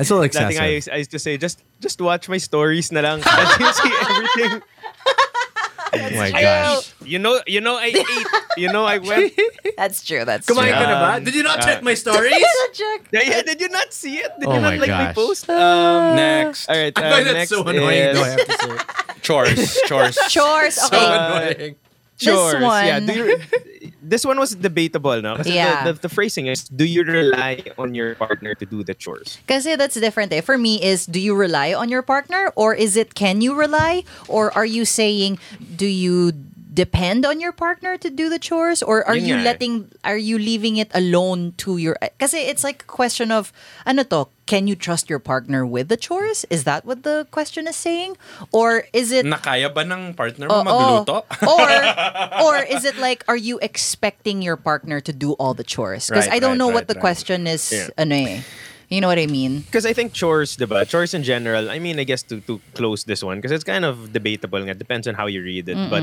Speaker 1: *laughs* It's a little
Speaker 2: That
Speaker 1: excessive.
Speaker 2: thing I, used- I used to say, just just watch my stories na lang. *laughs* As you see everything.
Speaker 1: oh my
Speaker 2: I
Speaker 1: gosh.
Speaker 2: ate. You know, you know, I ate. You know, I went.
Speaker 4: That's true. That's
Speaker 1: Come on,
Speaker 4: true.
Speaker 2: Yeah. Uh,
Speaker 1: Kanaba. Did you not check
Speaker 2: *laughs*
Speaker 1: my stories?
Speaker 4: Check.
Speaker 2: Yeah, yeah, did you not see it? Did
Speaker 1: Oh
Speaker 2: you not
Speaker 1: my
Speaker 2: like my
Speaker 1: gosh.
Speaker 2: post? Um,
Speaker 3: Next.
Speaker 2: all right.
Speaker 1: *laughs* I
Speaker 2: uh,
Speaker 1: find that
Speaker 2: next
Speaker 1: *laughs* so annoying.
Speaker 2: is-
Speaker 1: though, I
Speaker 2: *laughs*
Speaker 1: have to say.
Speaker 4: *laughs*
Speaker 3: Chores, chores.
Speaker 4: Chores. Okay.
Speaker 2: Uh,
Speaker 1: annoying.
Speaker 2: chores. Yeah.
Speaker 4: one-
Speaker 2: Do you, *laughs* this one was debatable, no? 'Cause the-
Speaker 4: Yeah.
Speaker 2: The, the phrasing is, do you rely on your partner to do the chores?
Speaker 4: Kasi that's different. Eh. For me is do you rely on your partner or is it can you rely or are you saying do you depend on your partner to do the chores or are
Speaker 2: Yun
Speaker 4: you
Speaker 2: nga eh.
Speaker 4: letting are you leaving it alone to your kasi it's like a question of ano to can you trust your partner with the chores is that what the question is saying or is it
Speaker 3: Nakaya ba ng partner
Speaker 4: Oo.
Speaker 3: mo magluto? *laughs*
Speaker 4: or or is it like are you expecting your partner to do all the chores? Because I
Speaker 3: Right,
Speaker 4: don't
Speaker 3: right,
Speaker 4: know what
Speaker 3: right,
Speaker 4: the
Speaker 3: right.
Speaker 4: question is.
Speaker 2: Yeah.
Speaker 4: Ano eh. You know what I mean?
Speaker 2: Because I think chores, diba? Chores in general. I mean, I guess to, to close this one, because it's kind of debatable. It depends on how you read it. But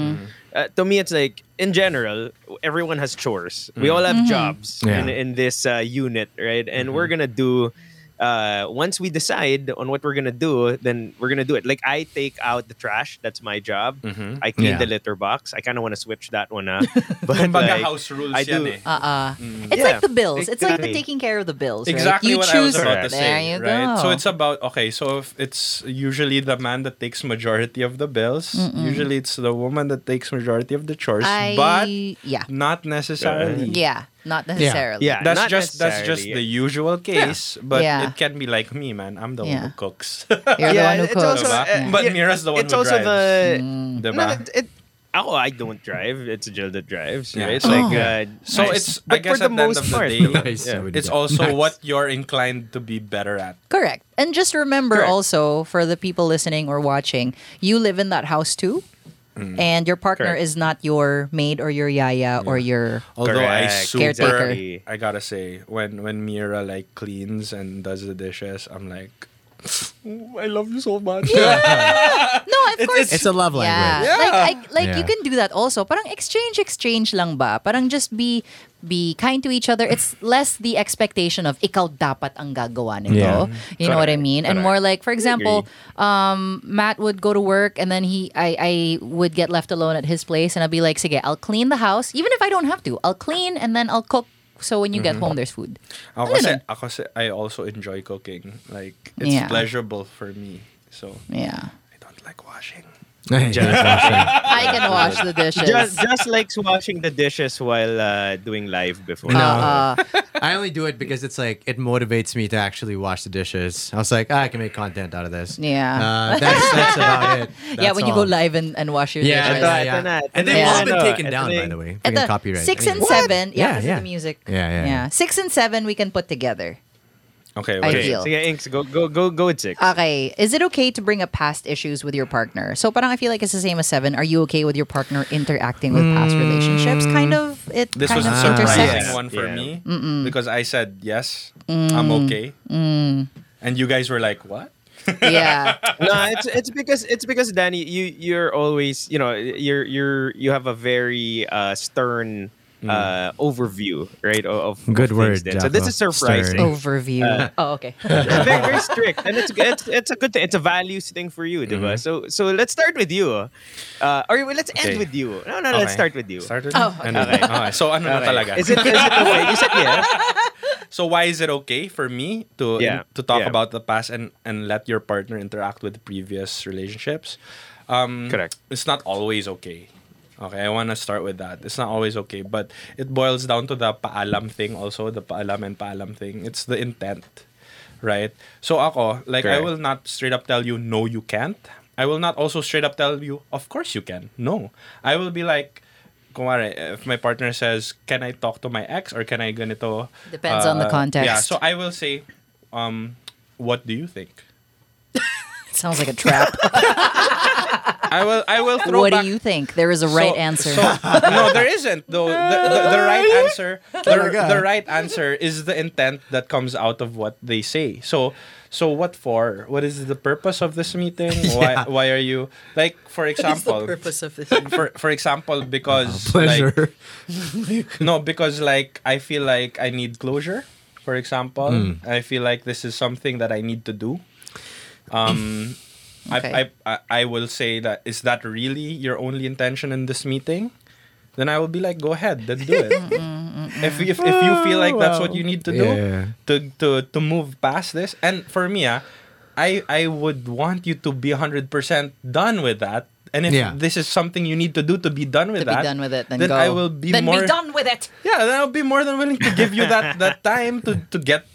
Speaker 2: uh, to me, it's like in general, everyone has chores. We all have jobs
Speaker 1: Yeah.
Speaker 2: in,
Speaker 1: Mm-hmm.
Speaker 2: in this uh, unit, right? And we're gonna do. Uh, once we decide on what we're gonna do, then we're gonna do it. Like I take out the trash. That's my job. I clean
Speaker 1: Mm-hmm. Yeah.
Speaker 2: the litter box. I kind of want to switch that one
Speaker 1: *laughs*
Speaker 2: up. but
Speaker 3: Kumbaga
Speaker 2: like,
Speaker 3: house rules
Speaker 2: I
Speaker 3: yan
Speaker 2: do.
Speaker 3: eh.
Speaker 4: Uh-uh. It's
Speaker 2: Yeah.
Speaker 4: like the bills. It's like the
Speaker 2: Exactly.
Speaker 4: taking care of the bills. right?
Speaker 3: Exactly
Speaker 4: You
Speaker 3: what
Speaker 4: choose.
Speaker 3: I was about to
Speaker 2: Correct.
Speaker 4: there
Speaker 3: say.
Speaker 4: you
Speaker 3: right?
Speaker 4: go.
Speaker 3: So it's about okay. So if it's usually the man that takes majority of the bills. Usually it's the woman that takes majority of the chores,
Speaker 4: I-
Speaker 3: but
Speaker 4: yeah.
Speaker 3: not necessarily.
Speaker 4: yeah, not necessarily.
Speaker 2: Yeah.
Speaker 3: That's
Speaker 2: Not
Speaker 3: just that's just the
Speaker 2: necessarily.
Speaker 3: usual case, but
Speaker 4: Yeah.
Speaker 3: it can be like me, man. I'm the one who
Speaker 4: Yeah.
Speaker 3: *laughs* cooks,
Speaker 4: You're the one who
Speaker 2: it's
Speaker 4: cooks. Mm.
Speaker 2: also-
Speaker 3: Diba?
Speaker 2: uh,
Speaker 3: But
Speaker 2: yeah,
Speaker 3: Mira's the one
Speaker 2: It's
Speaker 3: who
Speaker 2: also
Speaker 3: drives.
Speaker 2: the No,
Speaker 3: diba?
Speaker 2: it, it, oh, I don't drive. It's Jill that drives,
Speaker 3: Yeah.
Speaker 2: right? It's Like,
Speaker 4: Oh.
Speaker 2: uh,
Speaker 3: So
Speaker 2: nice.
Speaker 3: it's I
Speaker 2: but
Speaker 3: guess
Speaker 2: for the
Speaker 3: at the end
Speaker 2: most
Speaker 3: of the
Speaker 2: part, *laughs*
Speaker 3: day,
Speaker 1: Nice.
Speaker 2: Yeah.
Speaker 3: it's also what you're inclined to be better at.
Speaker 4: Correct. And just remember
Speaker 2: Correct.
Speaker 4: also for the people listening or watching, you live in that house too.
Speaker 3: Mm.
Speaker 4: and your partner
Speaker 2: Correct.
Speaker 4: is not your maid or your yaya or your
Speaker 3: Although I
Speaker 2: Correct.
Speaker 3: super,
Speaker 4: Caretaker.
Speaker 3: I gotta say, when when Mira like cleans and does the dishes, I'm like, "Ooh, I love you so much.
Speaker 4: No, of course.
Speaker 1: It's a love
Speaker 4: yeah. *laughs*
Speaker 1: language.
Speaker 4: Like I, like you
Speaker 1: Yeah.
Speaker 4: can do that also. Parang exchange exchange lang ba? Parang just be be kind to each other. It's less the expectation of ikaw dapat ang gagawa nito.
Speaker 1: Yeah.
Speaker 4: You know what I mean? And more like for example,
Speaker 2: agree.
Speaker 4: um Matt would go to work and then he I I would get left alone at his place and I'd be like, "Sige, I'll clean the house even if I don't have to. I'll clean and then I'll cook so when you get
Speaker 1: Mm-hmm.
Speaker 4: home there's food."
Speaker 3: *laughs* ako kasi, ako kasi, I also enjoy cooking. Like it's
Speaker 4: Yeah.
Speaker 3: pleasurable for me. So
Speaker 4: Yeah.
Speaker 3: I don't like washing.
Speaker 1: *laughs*
Speaker 4: I can wash the dishes.
Speaker 2: Just, just likes washing the dishes while uh, doing live before.
Speaker 1: No.
Speaker 4: Uh,
Speaker 1: I only do it because it's like it motivates me to actually wash the dishes. I was like, "Ah, I can make content out of this.
Speaker 4: Yeah.
Speaker 1: uh, that's, that's about it.
Speaker 4: *laughs* yeah,
Speaker 1: That's
Speaker 4: when you
Speaker 1: all.
Speaker 4: go live and, and wash your
Speaker 1: Yeah,
Speaker 4: dishes.
Speaker 2: Ito,
Speaker 1: yeah,
Speaker 2: ito
Speaker 1: yeah.
Speaker 2: na, ito
Speaker 1: and
Speaker 2: na.
Speaker 1: they've all been
Speaker 2: Ano,
Speaker 1: taken
Speaker 2: ito
Speaker 1: down,
Speaker 2: na
Speaker 1: by
Speaker 2: yung-
Speaker 1: the way.
Speaker 4: At
Speaker 1: Freaking
Speaker 4: the
Speaker 1: copyright.
Speaker 4: Six and
Speaker 1: Anyway.
Speaker 4: seven. Yeah,
Speaker 1: Yeah,
Speaker 4: this is
Speaker 1: yeah.
Speaker 4: the music.
Speaker 1: Yeah, yeah, yeah.
Speaker 4: Six and seven we can put together.
Speaker 3: Okay,
Speaker 4: I
Speaker 3: wait.
Speaker 4: feel-
Speaker 2: Okay, so yeah, Inks, go, go, go, go at six.
Speaker 4: Okay. Is it okay to bring up past issues with your partner? So parang I feel like it's the same as seven. Are you okay with your partner interacting with past relationships? Kind of it
Speaker 3: This
Speaker 4: kind
Speaker 3: was a
Speaker 4: of
Speaker 3: surprising
Speaker 4: intersects.
Speaker 2: Yeah.
Speaker 3: one for
Speaker 2: Yeah.
Speaker 3: me because I said yes, I'm okay, and you guys were like, "What?"
Speaker 4: *laughs*
Speaker 3: *laughs*
Speaker 4: Yeah.
Speaker 2: no, it's it's because it's because Danny, you you're always you know you're you're you have a very uh, stern
Speaker 3: Mm.
Speaker 2: uh, overview, right? Of, of
Speaker 1: Good
Speaker 2: of
Speaker 1: word,
Speaker 2: things then. So this
Speaker 1: Jocko.
Speaker 2: is surprising.
Speaker 1: Stern.
Speaker 4: Overview.
Speaker 3: Uh,
Speaker 4: oh, okay. *laughs*
Speaker 2: Yeah, very,
Speaker 3: *laughs*
Speaker 2: very strict, and it's it's it's a good thing. It's a values thing for you,
Speaker 3: Mm-hmm.
Speaker 2: diba? So so let's start with you, uh, or let's
Speaker 3: Okay.
Speaker 2: end with you. No, no, let's
Speaker 3: Okay.
Speaker 2: start with you.
Speaker 3: Start with
Speaker 4: Oh,
Speaker 3: me? Ano?
Speaker 2: okay.
Speaker 3: Okay, So ano na
Speaker 2: Okay.
Speaker 3: talaga?
Speaker 2: Is it, is it okay?
Speaker 3: *laughs*
Speaker 2: You said yes.
Speaker 3: So why is it okay for me to
Speaker 2: Yeah,
Speaker 3: to talk
Speaker 2: yeah.
Speaker 3: about the past and and let your partner interact with previous relationships? Um,
Speaker 2: Correct.
Speaker 3: It's not always okay. Okay, I want to start with that. It's not always okay, but it boils down to the paalam thing also, the paalam and paalam thing. It's the intent, right? So ako, like
Speaker 2: Correct.
Speaker 3: I will not straight up tell you no you can't. I will not also straight up tell you of course you can. No. I will be like kumare, if my partner says, "Can I talk to my ex or can I ganito?" uh,
Speaker 4: Depends on the context.
Speaker 3: Yeah, so I will say, um, "What do you think?"
Speaker 4: Sounds like a
Speaker 3: *laughs*
Speaker 4: trap.
Speaker 3: I will I
Speaker 4: *laughs*
Speaker 3: will throw
Speaker 4: what
Speaker 3: back
Speaker 4: do you think? There is a right
Speaker 3: So-
Speaker 4: answer.
Speaker 3: so-
Speaker 4: *laughs*
Speaker 3: no, there isn't. Though the, the, the right answer, the,
Speaker 1: God.
Speaker 3: the right answer is the intent that comes out of what they say. So, so what for? What is the purpose of this meeting? Why why are you like for example?
Speaker 4: of
Speaker 3: *laughs*
Speaker 4: this? *laughs*
Speaker 3: For for example,
Speaker 1: *laughs*
Speaker 3: because
Speaker 1: Pleasure.
Speaker 3: like no, because like I feel like I need closure. For example,
Speaker 1: Hmm.
Speaker 3: I feel like this is something that I need to do.
Speaker 4: *clears throat*
Speaker 3: Um,
Speaker 4: Okay.
Speaker 3: I, I I I will say that is that really your only intention in this meeting? Then I will be like, go ahead, then do
Speaker 4: *laughs*
Speaker 3: it. if, if if you feel like that's what you need to do
Speaker 1: Yeah.
Speaker 3: to to to move past this, and for me, ah, I I would want you to be hundred percent done with that. And if
Speaker 1: Yeah.
Speaker 3: this is something you need to do to be done
Speaker 4: To
Speaker 3: with
Speaker 4: be
Speaker 3: that,
Speaker 4: done with it, then,
Speaker 3: then
Speaker 4: go.
Speaker 3: I will be
Speaker 4: then be
Speaker 3: more
Speaker 4: done with it.
Speaker 3: yeah, then I'll be more than willing to give you that that time to to get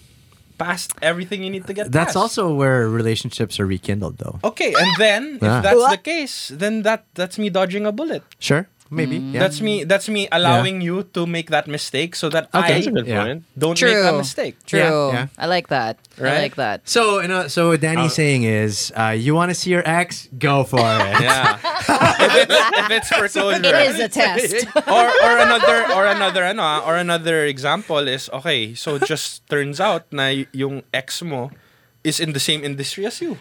Speaker 3: past everything you need to get.
Speaker 1: That's
Speaker 3: past.
Speaker 1: also where relationships are rekindled, though.
Speaker 3: okay. And then
Speaker 1: Yeah.
Speaker 3: if that's the case, then that that's me dodging a bullet.
Speaker 1: Sure, maybe.
Speaker 4: Mm.
Speaker 1: Yeah.
Speaker 3: That's me. That's me allowing you to make that mistake so that
Speaker 1: Okay.
Speaker 3: I
Speaker 1: That's a good Yeah. point.
Speaker 3: don't make that
Speaker 4: True.
Speaker 3: mistake.
Speaker 4: True.
Speaker 1: yeah.
Speaker 4: I like that. I
Speaker 3: Right?
Speaker 4: like that.
Speaker 1: So, you know, so what Danny's saying is, uh, you want to see your ex? Go for it.
Speaker 3: Yeah. *laughs* if, it's, if it's for closure.
Speaker 4: It is a
Speaker 3: *laughs*
Speaker 4: test.
Speaker 3: or or another or another ano ah, or another example is okay so just turns out na y- yung ex mo is in the same industry as you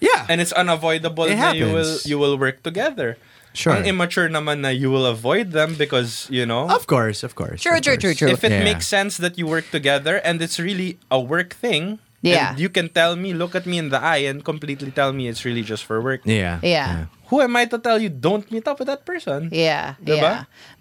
Speaker 1: yeah.
Speaker 3: and it's unavoidable
Speaker 1: It
Speaker 3: that you will
Speaker 1: happens.
Speaker 3: you will work together.
Speaker 1: Sure.
Speaker 3: Ang immature naman na you will avoid them because, you know,
Speaker 1: of course, of course.
Speaker 4: True,
Speaker 1: of
Speaker 4: true,
Speaker 1: course.
Speaker 4: true, true.
Speaker 3: if it
Speaker 1: Yeah.
Speaker 3: makes sense that you work together and it's really a work thing,
Speaker 4: Yeah.
Speaker 3: and you can tell me, look at me in the eye and completely tell me it's really just for work.
Speaker 1: Yeah.
Speaker 4: Yeah.
Speaker 3: Who am I to tell you don't meet up with that person?
Speaker 4: Yeah, yeah.
Speaker 3: Diba?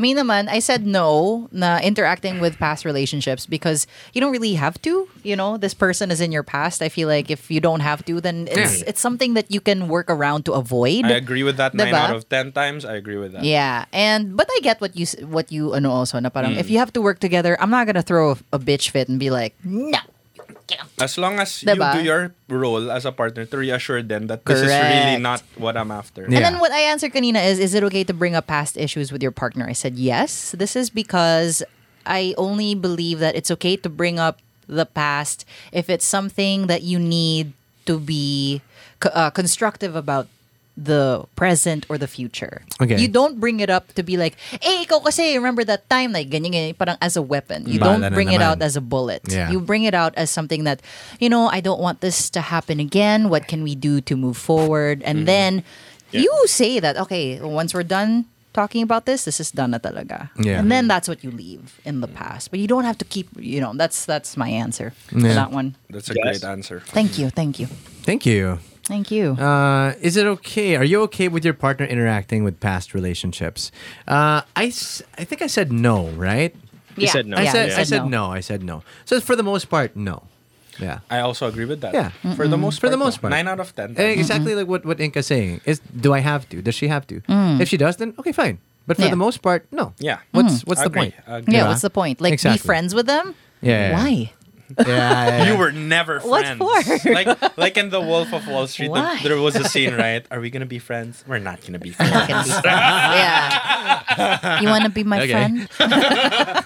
Speaker 4: Me naman, I said no na interacting with past relationships because you don't really have to. You know, this person is in your past. I feel like if you don't have to, then it's
Speaker 1: Yeah.
Speaker 4: it's something that you can work around to avoid.
Speaker 3: I agree with that 9
Speaker 4: Diba?
Speaker 3: out of 10 times. I agree with that.
Speaker 4: Yeah, and but I get what you s- what you ano also na
Speaker 3: Mm.
Speaker 4: parang if you have to work together, I'm not gonna throw a, a bitch fit and be like no.
Speaker 3: As long as
Speaker 4: Diba?
Speaker 3: you do your role as a partner to reassure them that this is really
Speaker 4: Correct.
Speaker 3: not what I'm after.
Speaker 1: Yeah.
Speaker 4: And then what I answered Kanina is, is it okay to bring up past issues with your partner? I said yes. This is because I only believe that it's okay to bring up the past if it's something that you need to be co- uh, constructive about the present or the future.
Speaker 1: Okay.
Speaker 4: You don't bring it up to be like, hey, ikaw kasi, remember that time? Like, ganyan, ganyan, parang as a weapon.
Speaker 1: Bala
Speaker 4: You don't
Speaker 1: na
Speaker 4: bring it
Speaker 1: naman.
Speaker 4: out as a bullet.
Speaker 1: Yeah.
Speaker 4: You bring it out as something that, you know, I don't want this to happen again. What can we do to move forward?
Speaker 1: Mm-hmm.
Speaker 4: And then you say that, okay, once we're done talking about this, this is done na talaga.
Speaker 1: Yeah.
Speaker 4: And then that's what you leave in the past. But you don't have to keep, you know, that's that's my answer for
Speaker 1: Yeah.
Speaker 4: that one.
Speaker 3: That's a
Speaker 2: Yes.
Speaker 3: great answer.
Speaker 4: Thank you. Thank you.
Speaker 1: Thank you.
Speaker 4: Thank you.
Speaker 1: Uh, is it okay? Are you okay with your partner interacting with past relationships? Uh, I, s- I think I said no, right?
Speaker 2: You said no.
Speaker 1: I
Speaker 4: Yeah,
Speaker 1: said
Speaker 4: you
Speaker 1: I said no. I said no. So for the most part, no. Yeah.
Speaker 3: I also agree with that.
Speaker 1: Yeah.
Speaker 3: For the most
Speaker 1: For
Speaker 3: part.
Speaker 1: the most
Speaker 3: no.
Speaker 1: part.
Speaker 3: Nine out of ten.
Speaker 1: Eh,
Speaker 4: Mm-hmm.
Speaker 1: Exactly like what what Inka's saying is, do I have to? Does she have to? If she does, then okay, fine. But for
Speaker 4: Mm. Yeah.
Speaker 1: the most part, no.
Speaker 3: Yeah.
Speaker 1: What's what's the
Speaker 3: Agree.
Speaker 1: point?
Speaker 3: Agree.
Speaker 4: Yeah,
Speaker 1: Yeah.
Speaker 4: what's the point? Like, be
Speaker 1: Exactly.
Speaker 4: friends with them?
Speaker 1: Yeah.
Speaker 4: Why?
Speaker 1: Yeah, yeah, yeah.
Speaker 3: You were
Speaker 1: *laughs*
Speaker 3: never
Speaker 4: What
Speaker 3: friends.
Speaker 4: for?
Speaker 3: Like, like in The Wolf of Wall Street, the-
Speaker 4: Why?
Speaker 3: there was a scene, right? Are we gonna be friends? We're not gonna be
Speaker 4: Not
Speaker 3: friends.
Speaker 4: gonna be friends.
Speaker 1: *laughs*
Speaker 4: yeah. You want to be my
Speaker 1: Okay.
Speaker 4: friend?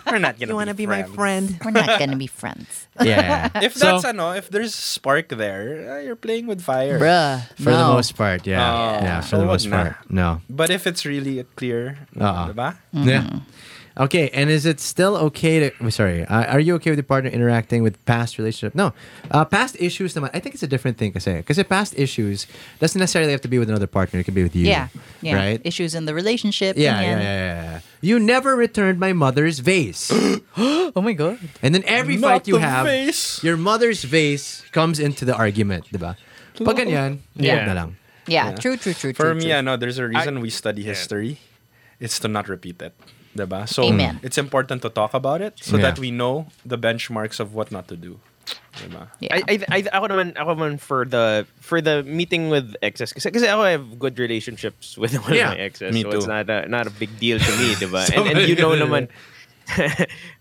Speaker 3: We're not gonna.
Speaker 1: wanna
Speaker 3: be friends.
Speaker 4: We're not going to be friends.
Speaker 1: *laughs*
Speaker 3: *laughs*
Speaker 1: Yeah. So-
Speaker 3: If that's ano, if there's spark there, uh, you're playing with fire.
Speaker 4: Bruh.
Speaker 1: for the
Speaker 4: no.
Speaker 1: most part, yeah,
Speaker 3: Oh.
Speaker 1: yeah, for
Speaker 3: So
Speaker 1: the
Speaker 3: wag
Speaker 1: most part, no,
Speaker 3: But if it's really a clear,
Speaker 1: Uh-uh.
Speaker 3: diba?
Speaker 4: Mm-hmm.
Speaker 1: yeah. Okay, and is it still okay to? Sorry, uh, are you okay with your partner interacting with past relationship? No, uh, past issues. naman, I think it's a different thing, kasi because past issues doesn't necessarily have to be with another partner. It could be with you.
Speaker 4: Yeah. Yeah.
Speaker 1: Right.
Speaker 4: Issues in the relationship.
Speaker 1: Yeah, yeah,
Speaker 4: ganyan.
Speaker 1: yeah, yeah, yeah. You never returned my mother's vase.
Speaker 4: *gasps* Oh my God.
Speaker 1: And then every
Speaker 3: Not
Speaker 1: fight you
Speaker 3: the
Speaker 1: have,
Speaker 3: vase.
Speaker 1: your mother's vase comes into the argument, di ba? Pag ganyan, yeah.
Speaker 2: Yeah.
Speaker 1: na lang.
Speaker 4: Yeah. True, true, true. true,
Speaker 3: For me,
Speaker 4: true.
Speaker 3: ano, there's a reason we study history. It's to not repeat it. Diba? So
Speaker 4: Amen.
Speaker 3: it's important to talk about it so
Speaker 1: Yeah.
Speaker 3: that we know the benchmarks of what not to do. Diba?
Speaker 4: yeah.
Speaker 2: I, I, I, ako naman, ako naman for the for the meeting with exes kasi, kasi ako I have good relationships *laughs* with one
Speaker 1: Yeah,
Speaker 2: of my exes
Speaker 3: me
Speaker 2: so it's
Speaker 3: too.
Speaker 2: not a, not a big deal to me diba and, and you know naman *laughs*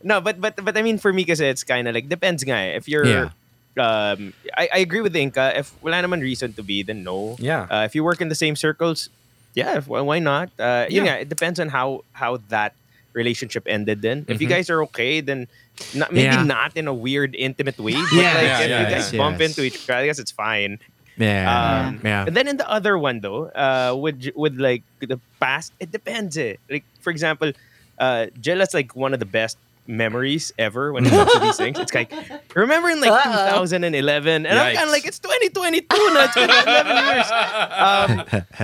Speaker 2: no but but but I mean for me kasi it's kind of like depends nga eh. if you're
Speaker 1: Yeah.
Speaker 2: um I, I agree with Inka if wala naman reason to be then no
Speaker 3: Yeah.
Speaker 2: uh, if you work in the same circles yeah if, why why not uh yun nga, it depends on how how that relationship ended then if you guys are okay then not, maybe
Speaker 1: Yeah.
Speaker 2: not in a weird intimate way but
Speaker 1: Yeah.
Speaker 2: like
Speaker 3: Yeah,
Speaker 2: if
Speaker 3: yeah,
Speaker 2: you guys
Speaker 1: yeah.
Speaker 2: bump
Speaker 1: Yes.
Speaker 2: into each other, I guess it's fine.
Speaker 1: Yeah,
Speaker 2: Um,
Speaker 1: yeah.
Speaker 2: And then in the other one though, uh, with j- with like the past, it depends. Eh. Like for example, uh, Jella's like one of the best memories ever when it comes to these things. It's like remember in like
Speaker 4: Uh-oh.
Speaker 2: 2011, and I'm kind of
Speaker 3: Yikes.
Speaker 2: like it's 2022 now. It's been 11 years. Um,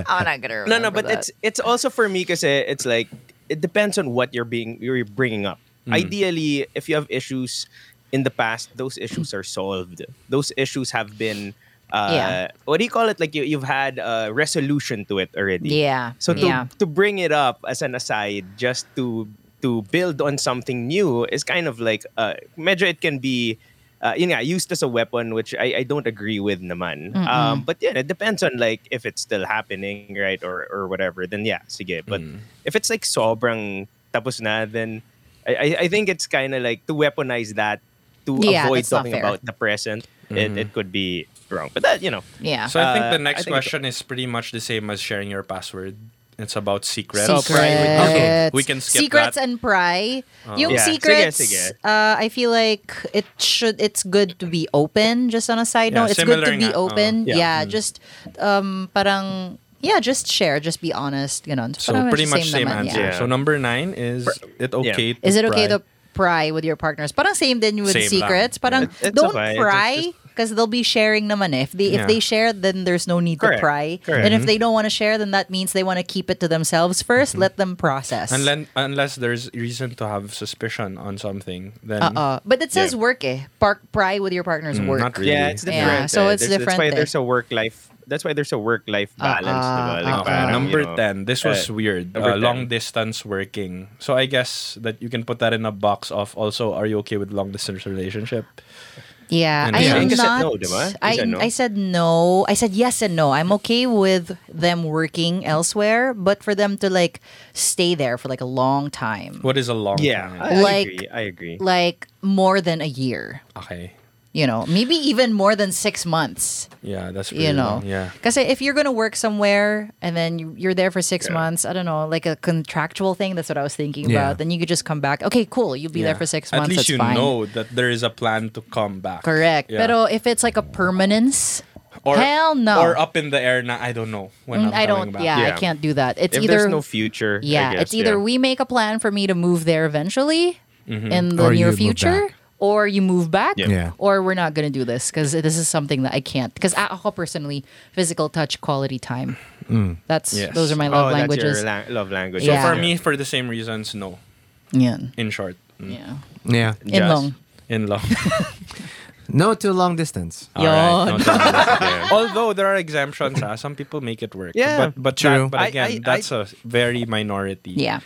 Speaker 4: I'm not going to
Speaker 2: no, no, but it's it's also for me because it's like it depends on what you're being you're bringing up. Ideally, if you have issues in the past, those issues are solved. Those issues have been uh,
Speaker 4: Yeah.
Speaker 2: what do you call it? Like you, you've had a resolution to it already.
Speaker 4: Yeah.
Speaker 2: So to
Speaker 4: yeah.
Speaker 2: to bring it up as an aside, just to to build on something new is kind of like uh, medyo it can be. Uh, yun nga, used as a weapon, which I, I don't agree with naman. Um, but yeah, it depends on like if it's still happening, right, or or whatever. Then yeah, sige. But if it's like sobrang tapos na, then I, I, I think it's kind of like to weaponize that to
Speaker 4: Yeah,
Speaker 2: avoid
Speaker 4: that's not
Speaker 2: talking
Speaker 4: fair.
Speaker 2: about the present. It, it could be wrong, but that you know,
Speaker 4: yeah.
Speaker 3: So I think
Speaker 2: Uh,
Speaker 3: the
Speaker 2: I
Speaker 3: next
Speaker 2: think
Speaker 3: question is pretty much the same as sharing your password. It's about secrets.
Speaker 4: Secrets.
Speaker 1: Okay,
Speaker 3: we can skip
Speaker 4: secrets
Speaker 3: that. Oh.
Speaker 4: and pry. Yung
Speaker 2: Yeah, sige,
Speaker 4: secrets,
Speaker 2: sige.
Speaker 4: Uh, I feel like it should. It's good to be open. Just on a side
Speaker 3: Yeah,
Speaker 4: note, it's good
Speaker 3: similar
Speaker 4: to be
Speaker 3: nga, oh,
Speaker 4: open.
Speaker 2: yeah.
Speaker 4: yeah, just um, parang yeah, just share, just be honest. You know,
Speaker 3: So pretty much same, answer.
Speaker 2: yeah.
Speaker 3: So number nine is it okay? To
Speaker 4: Is it okay
Speaker 3: pry?
Speaker 4: to pry with your partners? Parang same din with
Speaker 3: Same
Speaker 4: secrets.
Speaker 3: lang.
Speaker 4: Parang
Speaker 2: It- it's
Speaker 4: don't
Speaker 2: okay. It's
Speaker 4: pry
Speaker 2: just-
Speaker 4: because they'll be sharing naman eh. if they if
Speaker 3: Yeah.
Speaker 4: they share then there's no need to
Speaker 2: Correct.
Speaker 4: pry
Speaker 2: Correct. Mm-hmm.
Speaker 4: and if they don't want to share then that means they want to keep it to themselves 1st let them process
Speaker 3: Unless, unless there's reason to have suspicion on something, then
Speaker 4: Uh-uh.
Speaker 2: Mm-hmm.
Speaker 4: But it says
Speaker 3: Yeah.
Speaker 4: work eh. Park pry with your
Speaker 2: Mm,
Speaker 4: partner's work.
Speaker 3: not really.
Speaker 2: yeah, it's
Speaker 4: Yeah,
Speaker 2: different.
Speaker 4: so
Speaker 2: eh.
Speaker 4: it's
Speaker 2: There's- That's
Speaker 4: different
Speaker 2: why
Speaker 4: eh.
Speaker 2: there's a work life. That's why there's a work life balance.
Speaker 4: Ah,
Speaker 2: diba?
Speaker 4: ah,
Speaker 2: Like,
Speaker 4: ah.
Speaker 3: Okay, Uh,
Speaker 2: parang,
Speaker 3: number
Speaker 2: you know,
Speaker 3: 10. This was
Speaker 2: uh,
Speaker 3: weird.
Speaker 2: number
Speaker 3: Uh,
Speaker 2: 10.
Speaker 3: long distance working. So I guess that you can put that in a box of also, are you okay with long distance relationship?
Speaker 4: Yeah,
Speaker 3: And
Speaker 4: I
Speaker 3: yeah.
Speaker 4: am
Speaker 3: You
Speaker 2: said
Speaker 4: not.
Speaker 2: no, diba? You
Speaker 4: I,
Speaker 2: said no.
Speaker 4: I said no. I said yes and no. I'm okay with them working elsewhere, but for them to like stay there for like a long time,
Speaker 3: What is a long
Speaker 2: Yeah,
Speaker 3: time?
Speaker 2: I, I
Speaker 4: Like-
Speaker 2: agree. I agree.
Speaker 4: like more than a year,
Speaker 3: Okay.
Speaker 4: you know, maybe even more than six months.
Speaker 3: Yeah, that's pretty
Speaker 4: you know
Speaker 3: long. Yeah.
Speaker 4: because if you're gonna work somewhere and then you, you're there for six months i don't know like a contractual thing that's what i was thinking
Speaker 1: Yeah.
Speaker 4: about then you could just come back okay cool you'll be there for six
Speaker 3: At
Speaker 4: months
Speaker 3: least
Speaker 4: that's
Speaker 3: you
Speaker 4: fine
Speaker 3: know that there is a plan to come back.
Speaker 4: correct
Speaker 3: Yeah.
Speaker 4: but if it's like a permanence
Speaker 3: Or,
Speaker 4: Hell no. Mm,
Speaker 3: Or up in the air. Na, I don't know when I'm
Speaker 4: I
Speaker 3: coming
Speaker 4: don't.
Speaker 3: back.
Speaker 4: Yeah,
Speaker 2: Yeah.
Speaker 4: I can't do that. It's
Speaker 2: If
Speaker 4: either
Speaker 2: there's no future, I
Speaker 4: yeah,
Speaker 2: guess,
Speaker 4: it's either
Speaker 2: yeah. Mm-hmm.
Speaker 4: we make a plan for me to move there eventually in the
Speaker 1: Or you
Speaker 4: near
Speaker 1: move
Speaker 4: future.
Speaker 1: back.
Speaker 4: Or you move back,
Speaker 1: Yeah.
Speaker 4: or we're not gonna do this because this is something that I can't. Because ako personally, physical touch, quality time.
Speaker 1: Mm.
Speaker 4: That's
Speaker 3: Yes.
Speaker 4: those are my
Speaker 2: oh,
Speaker 4: love languages.
Speaker 2: That's your la- love language.
Speaker 4: So Yeah.
Speaker 3: For me, for the same reasons, no.
Speaker 4: yeah,
Speaker 3: In short, Mm.
Speaker 4: yeah.
Speaker 1: Yeah.
Speaker 4: In
Speaker 2: Yes.
Speaker 4: long.
Speaker 3: in
Speaker 4: *laughs*
Speaker 3: love.
Speaker 1: No to long distance.
Speaker 3: All right,
Speaker 4: Yon.
Speaker 3: no, don't do this. *laughs* Although there are exemptions, ah, some people make it work.
Speaker 2: Yeah.
Speaker 3: but but
Speaker 1: True.
Speaker 3: that- but
Speaker 2: I-
Speaker 3: again,
Speaker 2: I-
Speaker 3: that's a very minority.
Speaker 4: Yeah.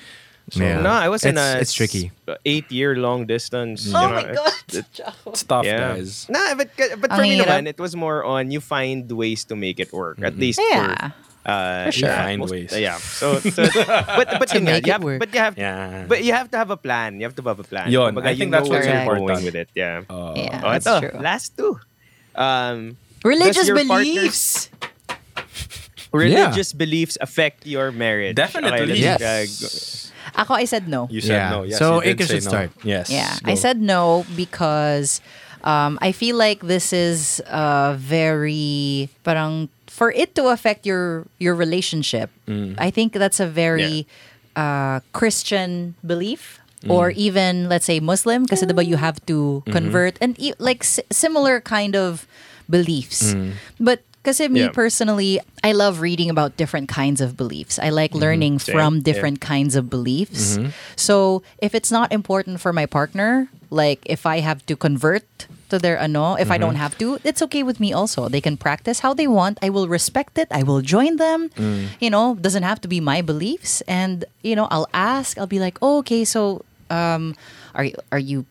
Speaker 1: yeah.
Speaker 2: No, I uh, was in
Speaker 1: It's-
Speaker 2: a
Speaker 1: It's tricky.
Speaker 2: eight-year long distance. you
Speaker 4: Oh
Speaker 2: know,
Speaker 4: my
Speaker 2: it's-
Speaker 4: god.
Speaker 3: it's tough,
Speaker 2: Yeah.
Speaker 3: guys.
Speaker 2: Nah, but but
Speaker 4: Ang
Speaker 2: for me
Speaker 4: hirap.
Speaker 2: naman, it was more on you find ways to make it work.
Speaker 3: Mm-hmm.
Speaker 2: At least
Speaker 4: Yeah.
Speaker 2: for, uh,
Speaker 4: For sure.
Speaker 2: yeah,
Speaker 3: Find
Speaker 2: most-
Speaker 3: ways.
Speaker 2: Yeah.
Speaker 3: *laughs*
Speaker 2: So, so but but yun nga, you
Speaker 4: make it
Speaker 2: have,
Speaker 4: work.
Speaker 2: but you have
Speaker 3: Yeah.
Speaker 2: but you have to have a plan. You have to have a plan.
Speaker 3: Yun,
Speaker 2: Kumbaga,
Speaker 3: I
Speaker 2: you
Speaker 3: think that's
Speaker 2: know where
Speaker 4: what's
Speaker 2: you're
Speaker 4: important.
Speaker 2: going with it. Yeah.
Speaker 3: Uh,
Speaker 4: Yeah,
Speaker 2: Oh,
Speaker 4: that's
Speaker 2: ito,
Speaker 4: true.
Speaker 2: Last two. Um,
Speaker 4: Religious
Speaker 2: Does your partner-
Speaker 4: beliefs.
Speaker 2: religious beliefs affect your marriage.
Speaker 3: Definitely.
Speaker 2: Okay, let's, uh,
Speaker 3: yes.
Speaker 4: Ako, I said no.
Speaker 3: You said
Speaker 1: Yeah.
Speaker 3: no. Yes,
Speaker 1: So,
Speaker 3: you did
Speaker 1: Inka
Speaker 3: say
Speaker 1: should
Speaker 3: no.
Speaker 1: start.
Speaker 3: Yes.
Speaker 4: Yeah,
Speaker 3: go.
Speaker 4: I said no because um, I feel like this is uh, very parang for it to affect your your relationship.
Speaker 3: Mm.
Speaker 4: I think that's a very uh, Christian belief. Or
Speaker 3: Mm.
Speaker 4: even let's say Muslim, because you have to
Speaker 3: Mm-hmm.
Speaker 4: convert and e- like s- similar kind of beliefs.
Speaker 3: Mm.
Speaker 4: But because me
Speaker 2: Yeah.
Speaker 4: personally, I love reading about different kinds of beliefs. I like
Speaker 3: Mm-hmm.
Speaker 4: learning from
Speaker 2: Same. Yeah. Mm-hmm.
Speaker 4: different kinds of beliefs. So if it's not important for my partner, like if I have to convert to their ano, if I don't
Speaker 2: Mm-hmm.
Speaker 4: have to, it's okay with me also. They can practice how they want. I will respect it. I will join them.
Speaker 2: Mm.
Speaker 4: You know, doesn't have to be my beliefs. And you know, I'll ask. I'll be like, oh, okay, so um, are you- are you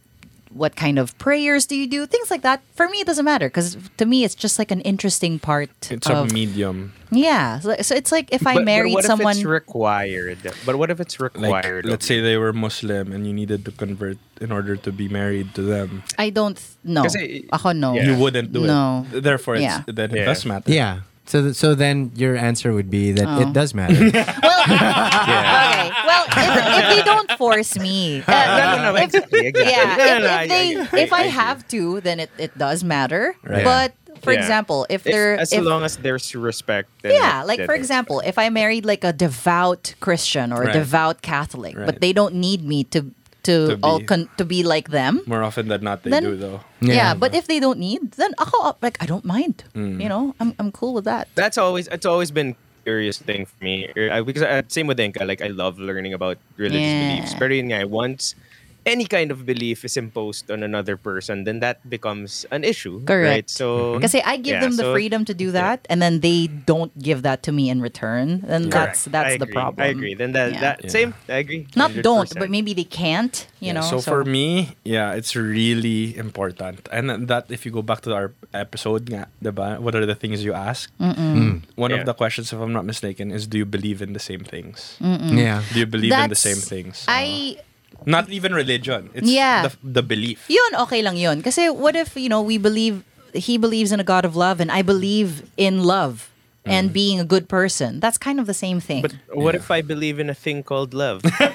Speaker 4: what kind of prayers do you do? Things like that. For me, it doesn't matter because to me, it's just like an interesting part.
Speaker 3: It's
Speaker 4: of,
Speaker 3: a medium.
Speaker 4: yeah. So, so it's like if I
Speaker 2: But- but
Speaker 4: married
Speaker 2: what if
Speaker 4: someone.
Speaker 2: it's required? But what if it's
Speaker 3: Like,
Speaker 2: required?
Speaker 3: let's say they were Muslim and you needed to convert in order to be married to them.
Speaker 4: I don't th- no.
Speaker 2: Kasi-
Speaker 4: Ako no.
Speaker 2: Yeah.
Speaker 3: You wouldn't do
Speaker 4: No.
Speaker 3: it. Therefore, it's,
Speaker 4: Yeah.
Speaker 3: then
Speaker 2: Yeah.
Speaker 3: it does matter.
Speaker 1: Yeah. So, th- so then your answer would be that
Speaker 2: Oh.
Speaker 1: it does
Speaker 2: *laughs*
Speaker 1: matter.
Speaker 4: Well,
Speaker 2: yeah.
Speaker 4: okay. Well, if, if they don't force
Speaker 2: *laughs*
Speaker 4: me. Uh,
Speaker 2: no, no, no,
Speaker 4: if-
Speaker 2: exactly, exactly.
Speaker 4: Yeah.
Speaker 2: No, no, no, I-
Speaker 4: if, if
Speaker 2: I-
Speaker 4: they, if I
Speaker 2: I
Speaker 4: have to, then it, it does matter.
Speaker 1: Right.
Speaker 4: But for
Speaker 2: Yeah.
Speaker 4: example, if
Speaker 2: If-
Speaker 4: they're
Speaker 2: as
Speaker 4: if-
Speaker 2: long as there's respect. then
Speaker 4: Yeah,
Speaker 2: it-
Speaker 4: like
Speaker 2: then
Speaker 4: for
Speaker 2: it's-
Speaker 4: example, if I married like a devout Christian or a
Speaker 3: Right.
Speaker 4: devout Catholic, but
Speaker 3: Right.
Speaker 4: they don't need me to to,
Speaker 3: To
Speaker 4: all
Speaker 3: be.
Speaker 4: con- to be like them.
Speaker 3: More often than not, they
Speaker 4: Then-
Speaker 3: do though.
Speaker 4: Yeah, but if they don't need, then ako, like I don't mind.
Speaker 2: Mm.
Speaker 4: You know, I'm I'm cool with that.
Speaker 2: that's always it's always been curious thing for me er, I, because I, same with Inka like I love learning about religious
Speaker 4: Yeah.
Speaker 2: beliefs pero yun nga once any kind of belief is imposed on another person then that becomes an issue right
Speaker 4: Correct.
Speaker 2: so
Speaker 4: Because I give
Speaker 2: yeah,
Speaker 4: them the
Speaker 2: so-
Speaker 4: freedom to do that, and then they don't give that to me in return, then that's
Speaker 2: Correct.
Speaker 4: that's
Speaker 2: I
Speaker 4: the
Speaker 2: agree.
Speaker 4: problem.
Speaker 2: I agree then that,
Speaker 4: Yeah.
Speaker 2: that same I agree
Speaker 4: Not do not,
Speaker 2: 100%.
Speaker 4: but maybe they can't. You know.
Speaker 3: so, for me, yeah, it's really important. And that if you go back to our episode, nga, diba, what are the things you ask? One of
Speaker 2: Mm. Yeah.
Speaker 3: the questions, if I'm not mistaken, is do you believe in the same things?
Speaker 1: yeah.
Speaker 3: Do you believe
Speaker 4: Mm.
Speaker 3: in the
Speaker 4: That's-
Speaker 3: same things?
Speaker 4: I
Speaker 3: Uh, not even religion. It's
Speaker 4: Yeah.
Speaker 3: the, the belief.
Speaker 4: Yun, okay lang yun. Kasi what if, you know, we believe, he believes in a God of love and I believe in love and being a good person. That's kind of the same
Speaker 2: Mm.
Speaker 4: thing.
Speaker 2: but what if I believe in a thing called
Speaker 1: *laughs*
Speaker 2: love uh-huh.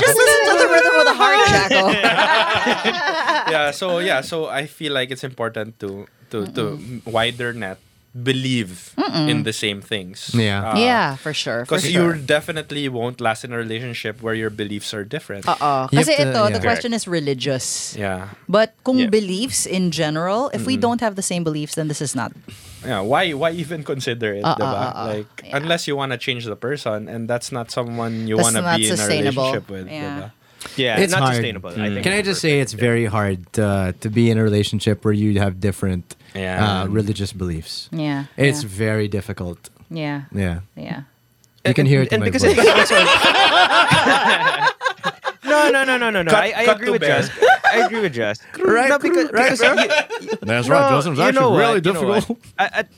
Speaker 4: Just listen to the rhythm of the
Speaker 2: *laughs*
Speaker 4: heart, Jackal.
Speaker 3: yeah so yeah so i feel like it's important to to to wider net believe in the same things
Speaker 1: Yeah.
Speaker 2: Uh-huh.
Speaker 4: yeah, for sure. For
Speaker 3: because
Speaker 4: sure.
Speaker 3: you definitely won't last in a relationship where your beliefs are different
Speaker 4: Oo.
Speaker 1: You
Speaker 4: Kasi
Speaker 1: have to-
Speaker 4: Oh. ito, the
Speaker 1: yeah.
Speaker 4: question is religious.
Speaker 3: yeah
Speaker 4: But kung
Speaker 2: Yeah.
Speaker 4: beliefs in general, if we don't have the same beliefs, then this is not.
Speaker 3: yeah why why even consider
Speaker 1: Uh-uh,
Speaker 3: it
Speaker 4: Uh, uh,
Speaker 3: diba?
Speaker 4: uh, uh,
Speaker 3: like
Speaker 4: yeah.
Speaker 3: unless you want to change the person and that's not someone you
Speaker 4: That's
Speaker 3: want to
Speaker 4: not
Speaker 3: be in a
Speaker 4: sustainable.
Speaker 3: relationship with
Speaker 4: Yeah.
Speaker 3: diba?
Speaker 2: yeah
Speaker 1: It's
Speaker 2: not
Speaker 1: hard. Mm.
Speaker 2: sustainable I think
Speaker 1: Can I just say it's very hard uh, to be in a relationship where you have different
Speaker 3: Yeah.
Speaker 1: uh, religious beliefs?
Speaker 4: Yeah.
Speaker 1: It's very difficult.
Speaker 4: yeah. Yeah.
Speaker 1: Yeah.
Speaker 4: yeah.
Speaker 1: You can hear it
Speaker 2: and
Speaker 1: in my
Speaker 2: because
Speaker 1: voice.
Speaker 2: it- I'm sorry. *laughs* no, no, no, no, no, no.
Speaker 3: Cut-
Speaker 2: I, I
Speaker 3: cut
Speaker 2: agree
Speaker 3: to
Speaker 2: with
Speaker 3: bear.
Speaker 2: Jess. I agree with
Speaker 4: *laughs*
Speaker 2: Jess.
Speaker 1: Right,
Speaker 2: No, because,
Speaker 1: right,
Speaker 2: because you-
Speaker 5: That's
Speaker 2: No,
Speaker 5: right, Joseph. It's
Speaker 2: you know
Speaker 5: actually
Speaker 2: what,
Speaker 5: really
Speaker 2: you know
Speaker 5: difficult.
Speaker 2: what. I- I-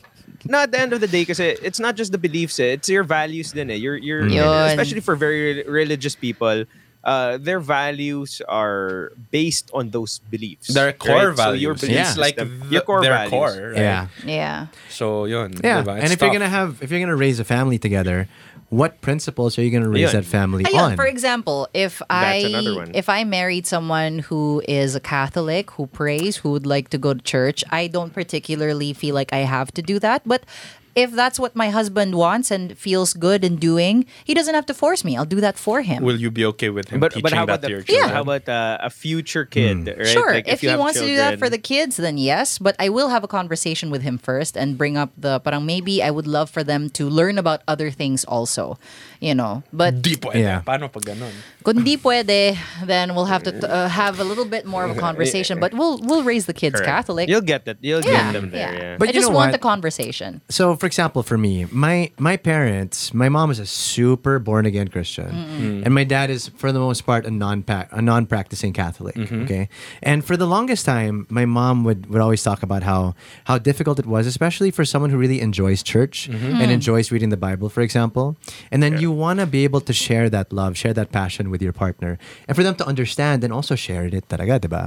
Speaker 2: no, at the end of the day, because it's not just the beliefs, eh, it's your values, then eh. Your your
Speaker 4: Mm. Yun.
Speaker 2: especially for very re- religious people, uh, their values are based on those beliefs.
Speaker 3: Their
Speaker 2: right?
Speaker 3: core
Speaker 2: So your
Speaker 3: values.
Speaker 2: belief
Speaker 1: Yeah.
Speaker 3: like
Speaker 2: system,
Speaker 3: the-
Speaker 2: your core
Speaker 3: their
Speaker 2: values.
Speaker 3: core. Right?
Speaker 1: Yeah.
Speaker 4: Yeah.
Speaker 3: So yun.
Speaker 1: Yeah,
Speaker 3: diba?
Speaker 1: and if
Speaker 3: It's
Speaker 1: you're
Speaker 3: tough.
Speaker 1: gonna have, if you're gonna raise a family together, what principles are you gonna raise
Speaker 2: Ayun.
Speaker 1: that family
Speaker 4: Ayun,
Speaker 1: on?
Speaker 4: for example, if I
Speaker 2: That's another one.
Speaker 4: if I married someone who is a Catholic, who prays, who would like to go to church, I don't particularly feel like I have to do that, but if that's what my husband wants and feels good in doing, he doesn't have to force me. I'll do that for him.
Speaker 3: will you be okay with him
Speaker 2: But, but
Speaker 3: teaching
Speaker 2: how about
Speaker 3: that to
Speaker 2: the,
Speaker 3: your children?
Speaker 2: how about uh, a future kid? Right?
Speaker 4: Hmm. Sure,
Speaker 2: Like,
Speaker 4: if,
Speaker 2: you
Speaker 4: he
Speaker 2: have
Speaker 4: wants to do that for the
Speaker 2: children-
Speaker 4: kids, then yes. But I will have a conversation with him first and bring up the parang maybe I would love for them to learn about other things also, you know. But
Speaker 3: Di pwede.
Speaker 1: Yeah.
Speaker 3: Paano pag ganun?
Speaker 4: Kung di pwede, then we'll have to uh, have a little bit
Speaker 2: *laughs*
Speaker 4: more of a conversation. But we'll we'll raise the kids
Speaker 2: Correct.
Speaker 4: Catholic.
Speaker 2: You'll get that. You'll
Speaker 4: yeah,
Speaker 2: get them there. Yeah.
Speaker 1: But
Speaker 4: I
Speaker 1: you
Speaker 4: just
Speaker 1: know what?
Speaker 4: want the conversation.
Speaker 1: so, for example, for me, my my parents, my mom is a super born again Christian, and my dad is, for the most part, a non a non practicing Catholic. Okay, and for the longest time, my mom would would always talk about how how difficult it was, especially for someone who really enjoys church and enjoys reading the Bible, for example. And then you want to be able to share that love, share that passion with your partner, and for them to understand and also share it, talaga, diba?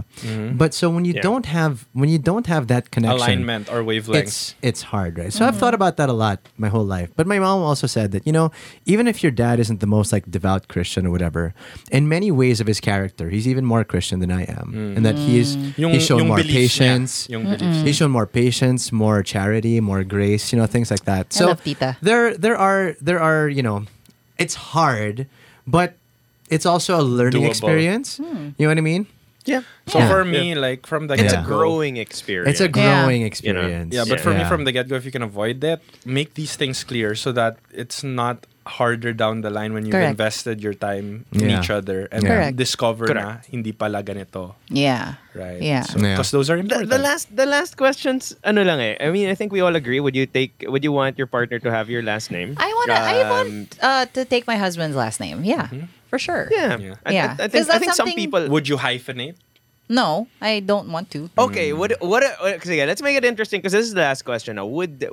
Speaker 1: But so when you don't have when you don't have that connection,
Speaker 3: Alignment or wavelength.
Speaker 1: it's it's hard, right? So I've thought about that a lot my whole life. But my mom also said that you know, even if your dad isn't the most like devout Christian or whatever, in many ways of his character, he's even more Christian than I am, and that he's
Speaker 4: Mm.
Speaker 1: he's shown more
Speaker 3: Mm. beliefs niya.
Speaker 1: patience.
Speaker 3: Yung beliefs.
Speaker 1: He's shown more patience, more charity, more grace, you know, things like that. So
Speaker 4: love tita.
Speaker 1: there there are there are, you know, it's hard, but it's also a learning
Speaker 3: Doable.
Speaker 1: experience.
Speaker 4: Hmm.
Speaker 1: You know what I mean?
Speaker 2: yeah.
Speaker 3: So
Speaker 1: Yeah.
Speaker 3: for me, like from the
Speaker 1: It's
Speaker 2: It's a
Speaker 1: Yeah.
Speaker 3: get-go-
Speaker 2: growing experience.
Speaker 1: It's a
Speaker 4: Yeah.
Speaker 1: growing
Speaker 2: You know?
Speaker 1: experience.
Speaker 3: Yeah, but for me,
Speaker 1: Yeah.
Speaker 3: from the get go, if you can avoid that, make these things clear so that it's not harder down the line when you've
Speaker 4: Correct.
Speaker 3: invested your time in
Speaker 1: Yeah.
Speaker 3: each other and
Speaker 1: Yeah.
Speaker 4: Correct.
Speaker 3: discover na hindi pala ganito.
Speaker 4: Yeah.
Speaker 3: Right.
Speaker 4: Yeah.
Speaker 1: Yeah.
Speaker 3: Because those are
Speaker 2: the,
Speaker 3: important.
Speaker 2: the last the last questions ano lang eh. I mean I think we all agree would you take would you want your partner to have your last name
Speaker 4: I want to I
Speaker 2: Um, Mm-hmm.
Speaker 4: want uh, to take my husband's last name. Yeah. For sure.
Speaker 2: yeah,
Speaker 3: Yeah.
Speaker 2: I,
Speaker 4: Yeah.
Speaker 2: I, I think, I
Speaker 4: 'Cause that's
Speaker 2: think some
Speaker 4: something-
Speaker 2: people
Speaker 3: Would you hyphenate?
Speaker 4: No, I don't want to.
Speaker 2: okay what what uh, sige, let's make it interesting because this is the last question now. would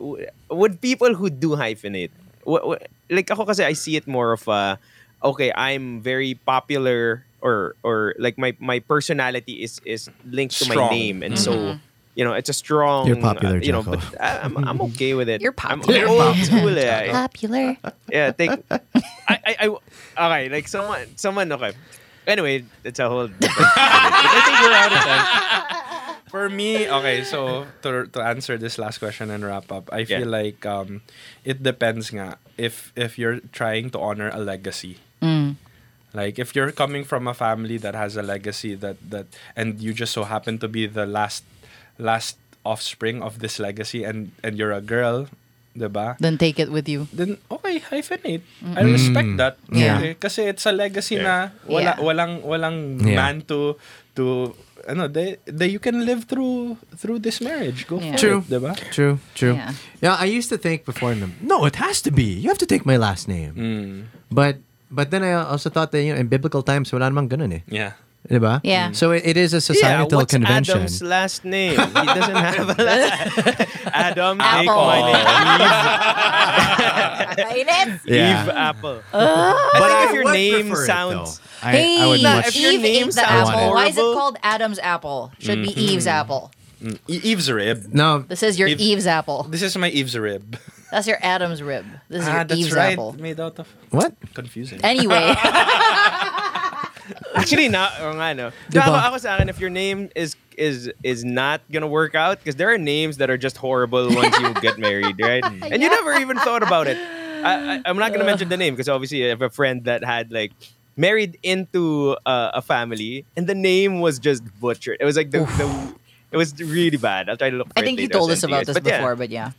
Speaker 2: would people who do hyphenate what, what, like ako kasi I see it more of a okay I'm very popular or or like my my personality is is linked to my
Speaker 3: Strong.
Speaker 2: name and so you know it's a strong
Speaker 1: You're popular,
Speaker 2: uh, you know
Speaker 1: Jaco.
Speaker 2: but I, I'm, I'm okay with it
Speaker 4: You're
Speaker 2: I'm-
Speaker 4: popular.
Speaker 2: I'm old school eh. I- *laughs*
Speaker 4: Popular.
Speaker 2: Yeah, think. I, I, I, okay, like someone, someone, okay. Anyway, it's a whole. I think we're out of time.
Speaker 3: For me, okay, so to, to answer this last question and wrap up, I feel
Speaker 2: Yeah.
Speaker 3: like um, it depends nga if if you're trying to honor a legacy. Like if you're coming from a family that has a legacy that that and you just so happen to be the last last offspring of this legacy and and you're a girl, diba?
Speaker 4: Then take it with
Speaker 2: *laughs*
Speaker 4: you.
Speaker 3: then okay, hyphenate.
Speaker 1: Mm.
Speaker 3: I respect that.
Speaker 4: Yeah.
Speaker 3: Okay, Kasi it's a legacy
Speaker 2: Yeah.
Speaker 3: na
Speaker 4: Yeah.
Speaker 3: wala walang walang
Speaker 1: Yeah.
Speaker 3: man to to ano they, they you can live through through this marriage. Go
Speaker 4: Yeah.
Speaker 3: for
Speaker 1: True.
Speaker 3: it, diba?
Speaker 1: True, true.
Speaker 4: Yeah.
Speaker 1: Yeah. I used to think before, no, no, it has to be. You have to take my last name. But but then I also thought that you know in biblical times, wala namang ganun eh.
Speaker 3: Yeah.
Speaker 1: Diba?
Speaker 4: Yeah.
Speaker 1: So it, it is a
Speaker 2: Yeah,
Speaker 1: societal
Speaker 2: what's
Speaker 1: convention.
Speaker 2: Adam's last name? He doesn't have a last. Adam, take
Speaker 4: Apple.
Speaker 2: my name.
Speaker 4: Kainit.
Speaker 2: Eve,
Speaker 1: Yeah.
Speaker 2: Eve Apple. I think if your
Speaker 1: would
Speaker 2: name
Speaker 1: prefer it,
Speaker 2: sounds,
Speaker 1: though. I,
Speaker 4: Hey,
Speaker 1: I would
Speaker 2: Nah,
Speaker 1: much-
Speaker 2: if your
Speaker 4: Eve
Speaker 2: name
Speaker 4: ate the
Speaker 2: sounds
Speaker 4: apple. Why is it
Speaker 2: horrible-
Speaker 4: called Adam's apple? Should be Eve's apple.
Speaker 3: E- Eve's rib.
Speaker 1: no,
Speaker 4: This is your
Speaker 3: Eve-
Speaker 4: Eve's apple.
Speaker 3: This is my Eve's rib.
Speaker 4: That's your Adam's rib. This is your
Speaker 3: ah, that's
Speaker 4: Eve's
Speaker 3: right.
Speaker 4: apple.
Speaker 3: Made out of
Speaker 1: what?
Speaker 3: confusing.
Speaker 4: Anyway,
Speaker 2: actually not. oh, Or nga, no.
Speaker 1: Diba?
Speaker 2: Ako, ako sa akin, if your name is is is not gonna work out, because there are names that are just horrible once you get married,
Speaker 4: *laughs*
Speaker 2: right? And you never even thought about it. I, I, I'm not gonna mention the name because obviously I have a friend that had like married into uh, a family, and the name was just butchered. It was like the. the it was really bad. I'll try to look. For
Speaker 4: I
Speaker 2: it
Speaker 4: think you
Speaker 2: later, I'll
Speaker 4: told us
Speaker 2: send it
Speaker 4: about
Speaker 2: to
Speaker 4: this
Speaker 2: you guys.
Speaker 4: before, but yeah.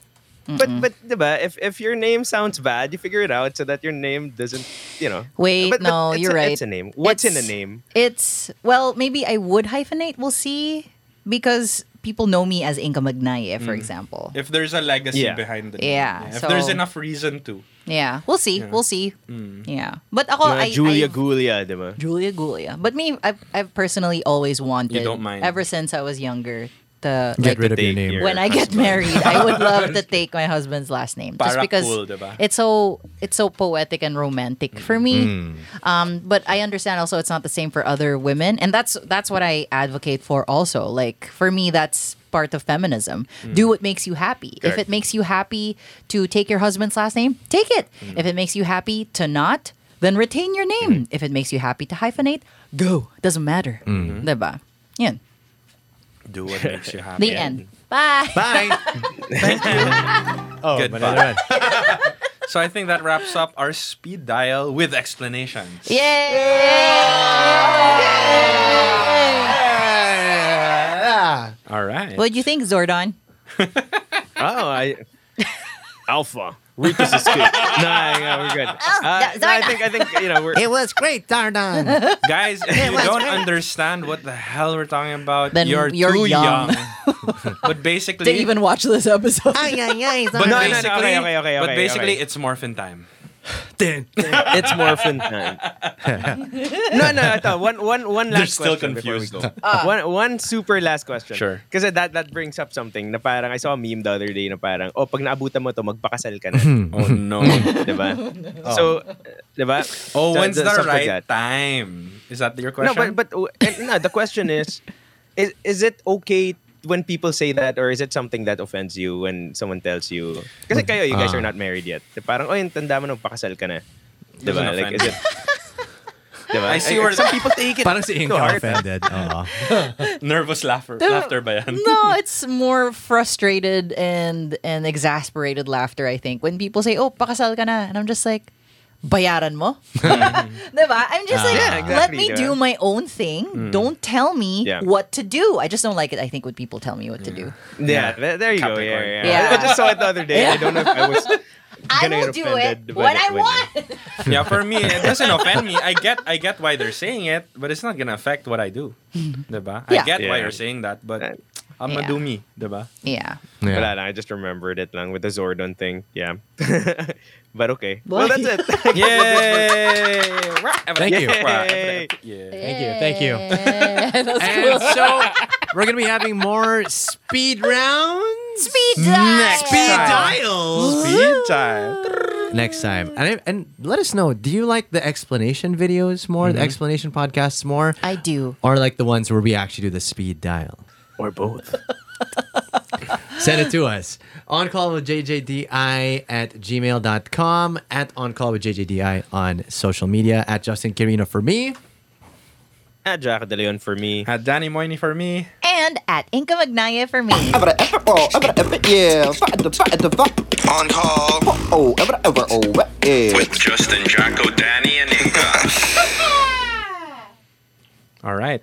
Speaker 2: But yeah, but but diba, if if your name sounds bad, you figure it out so that your name doesn't, you know.
Speaker 4: Wait,
Speaker 2: But- but
Speaker 4: no,
Speaker 2: it's
Speaker 4: you're
Speaker 2: a-
Speaker 4: right.
Speaker 2: It's a name. What's in a
Speaker 4: It's-
Speaker 2: name?
Speaker 4: It's well, maybe I would hyphenate. We'll see, because people know me as Inka Magnaye, for example.
Speaker 3: If there's a legacy
Speaker 2: Yeah.
Speaker 3: behind it.
Speaker 4: Yeah,
Speaker 3: If
Speaker 4: so-
Speaker 3: there's enough reason to.
Speaker 4: yeah, we'll see. We'll see. Yeah, but
Speaker 2: Mga
Speaker 4: ako, I,
Speaker 2: Julia
Speaker 4: I've-
Speaker 2: Gulia, diba?
Speaker 4: Julia Gulia. But me, I've, I've personally always wanted.
Speaker 3: You don't mind.
Speaker 4: Ever since I was younger, the
Speaker 1: Get
Speaker 4: like,
Speaker 1: rid of your
Speaker 2: take
Speaker 1: name.
Speaker 2: your
Speaker 4: when I get
Speaker 2: husband.
Speaker 4: married, I would love to take my husband's last name just
Speaker 3: Para
Speaker 4: because
Speaker 3: cool, diba?
Speaker 4: it's so it's so poetic and romantic for me. Um, but I understand also it's not the same for other women, and that's that's what I advocate for. Also, like for me, that's part of feminism. Do what makes you happy. If it
Speaker 2: Correct.
Speaker 4: makes you happy to take your husband's last name, take it. If it makes you happy to not. Then retain your name. If it makes you happy to hyphenate, go. Doesn't matter. Diba? Yun.
Speaker 3: Do *laughs* what makes you
Speaker 4: The
Speaker 3: happy.
Speaker 4: end. Bye.
Speaker 1: *laughs* Bye. Thank you. Oh,
Speaker 3: Goodbye.
Speaker 1: another one.
Speaker 3: So I think that wraps up our speed dial with explanations.
Speaker 1: Yeah.
Speaker 3: All right.
Speaker 4: What do you think, Zordon?
Speaker 2: *laughs* Oh, I Alpha. Rufus is good. *laughs* no, yeah, we're good. Uh, no, I think I think you know we're
Speaker 1: It was great, *laughs* Dardan.
Speaker 3: Guys,
Speaker 4: *laughs*
Speaker 3: if you don't understand what the hell we're talking about,
Speaker 4: Then
Speaker 3: you're,
Speaker 4: you're
Speaker 3: too
Speaker 4: young.
Speaker 3: young.
Speaker 4: *laughs*
Speaker 3: but basically,
Speaker 4: They even watch this episode.
Speaker 1: ay, ay, ay.
Speaker 3: but
Speaker 2: No, no, no,
Speaker 3: basically,
Speaker 2: okay, okay, okay,
Speaker 3: but
Speaker 2: okay,
Speaker 3: basically,
Speaker 2: okay.
Speaker 3: it's morphin time.
Speaker 1: Then. *laughs*
Speaker 2: it's *laughs* morphin time. no, no, I thought one one one
Speaker 3: They're
Speaker 2: last
Speaker 3: still
Speaker 2: question before we
Speaker 3: confused.
Speaker 2: go. one one super last question.
Speaker 3: Sure.
Speaker 2: Kasi that that brings up something na parang I saw a meme the other day na parang oh pag naabutan mo to magpakasal ka na.
Speaker 3: Oh no!
Speaker 2: *laughs* diba? So, diba?
Speaker 3: *laughs*
Speaker 2: So,
Speaker 3: oh, when's
Speaker 2: so,
Speaker 3: the
Speaker 2: stuff like that.
Speaker 3: right time? Is that your question?
Speaker 2: No, but but and, no, the question is, *laughs* is is it okay when people say that, or is it something that offends you when someone tells you? Kasi kayo, you
Speaker 3: Ah.
Speaker 2: guys are not married yet. Parang, oh, yung tanda mo nung pakasal ka na. Diba?
Speaker 3: Doesn't
Speaker 2: Like,
Speaker 3: offend
Speaker 2: is it? *laughs* Diba?
Speaker 3: I see where-
Speaker 2: some people take it.
Speaker 1: *laughs* Parang si
Speaker 2: to
Speaker 1: Inka
Speaker 2: heart.
Speaker 1: offended. Oo.
Speaker 3: nervous laughter, laughter ba yan?
Speaker 4: no, it's more frustrated and and exasperated laughter. I think when people say, "Oh, pakasal ka na," and I'm just like, "Bayaran mo," *laughs* diba? I'm just like,
Speaker 2: Yeah,
Speaker 4: "Let
Speaker 2: exactly,
Speaker 4: me
Speaker 2: diba?
Speaker 4: do my own thing. Don't tell me
Speaker 2: Yeah.
Speaker 4: what to do." I just don't like it. I think when people tell me what to do,
Speaker 2: Yeah, th- there you go. Yeah,
Speaker 3: Capricorn.
Speaker 2: yeah.
Speaker 4: Yeah.
Speaker 2: I just saw it the other day. I don't know if I was
Speaker 4: I
Speaker 2: gonna
Speaker 4: will
Speaker 2: get
Speaker 4: do
Speaker 2: offended
Speaker 4: it
Speaker 2: by
Speaker 4: when
Speaker 2: that
Speaker 4: I
Speaker 2: when-
Speaker 4: want.
Speaker 3: *laughs* yeah, for me, it doesn't offend me. I get, I get why they're saying it, but it's not gonna affect what I do, diba?
Speaker 4: Yeah.
Speaker 3: I get why
Speaker 2: Yeah. Uh,
Speaker 3: you're saying that, but I'm
Speaker 4: Yeah.
Speaker 3: gonna do me,
Speaker 4: *laughs*
Speaker 3: diba?
Speaker 4: yeah.
Speaker 2: Wala
Speaker 1: Yeah.
Speaker 2: lang, I just remembered it lang with the Zordon thing. Yeah. *laughs* but okay. Well,
Speaker 4: Why?
Speaker 2: that's
Speaker 3: *laughs*
Speaker 2: it.
Speaker 3: Yay!
Speaker 1: Thank you.
Speaker 2: Yay!
Speaker 3: Yeah.
Speaker 1: Thank you. Thank you.
Speaker 4: *laughs* That was
Speaker 1: And so we're gonna be having more speed rounds.
Speaker 4: Speed dial.
Speaker 1: Speed dials.
Speaker 3: Speed time.
Speaker 1: Next time, and and let us know. Do you like the explanation videos more, the explanation podcasts more,
Speaker 4: I do.
Speaker 1: or like the ones where we actually do the speed dial, or both? *laughs* Send it to us. On call with JJDI at gmail.com, at on call with JJDI on social media, at Justin Carino for me.
Speaker 2: At *laughs* Jack De Leon for me.
Speaker 3: Had Danny Moiney for me.
Speaker 4: And at Inka Magnaya for me.
Speaker 6: Ever ever oh ever ever yeah fight the fight the fuck
Speaker 7: On call
Speaker 6: oh ever ever oh yeah
Speaker 7: with Justin, Jocko, Danny, and Inka.
Speaker 3: All right.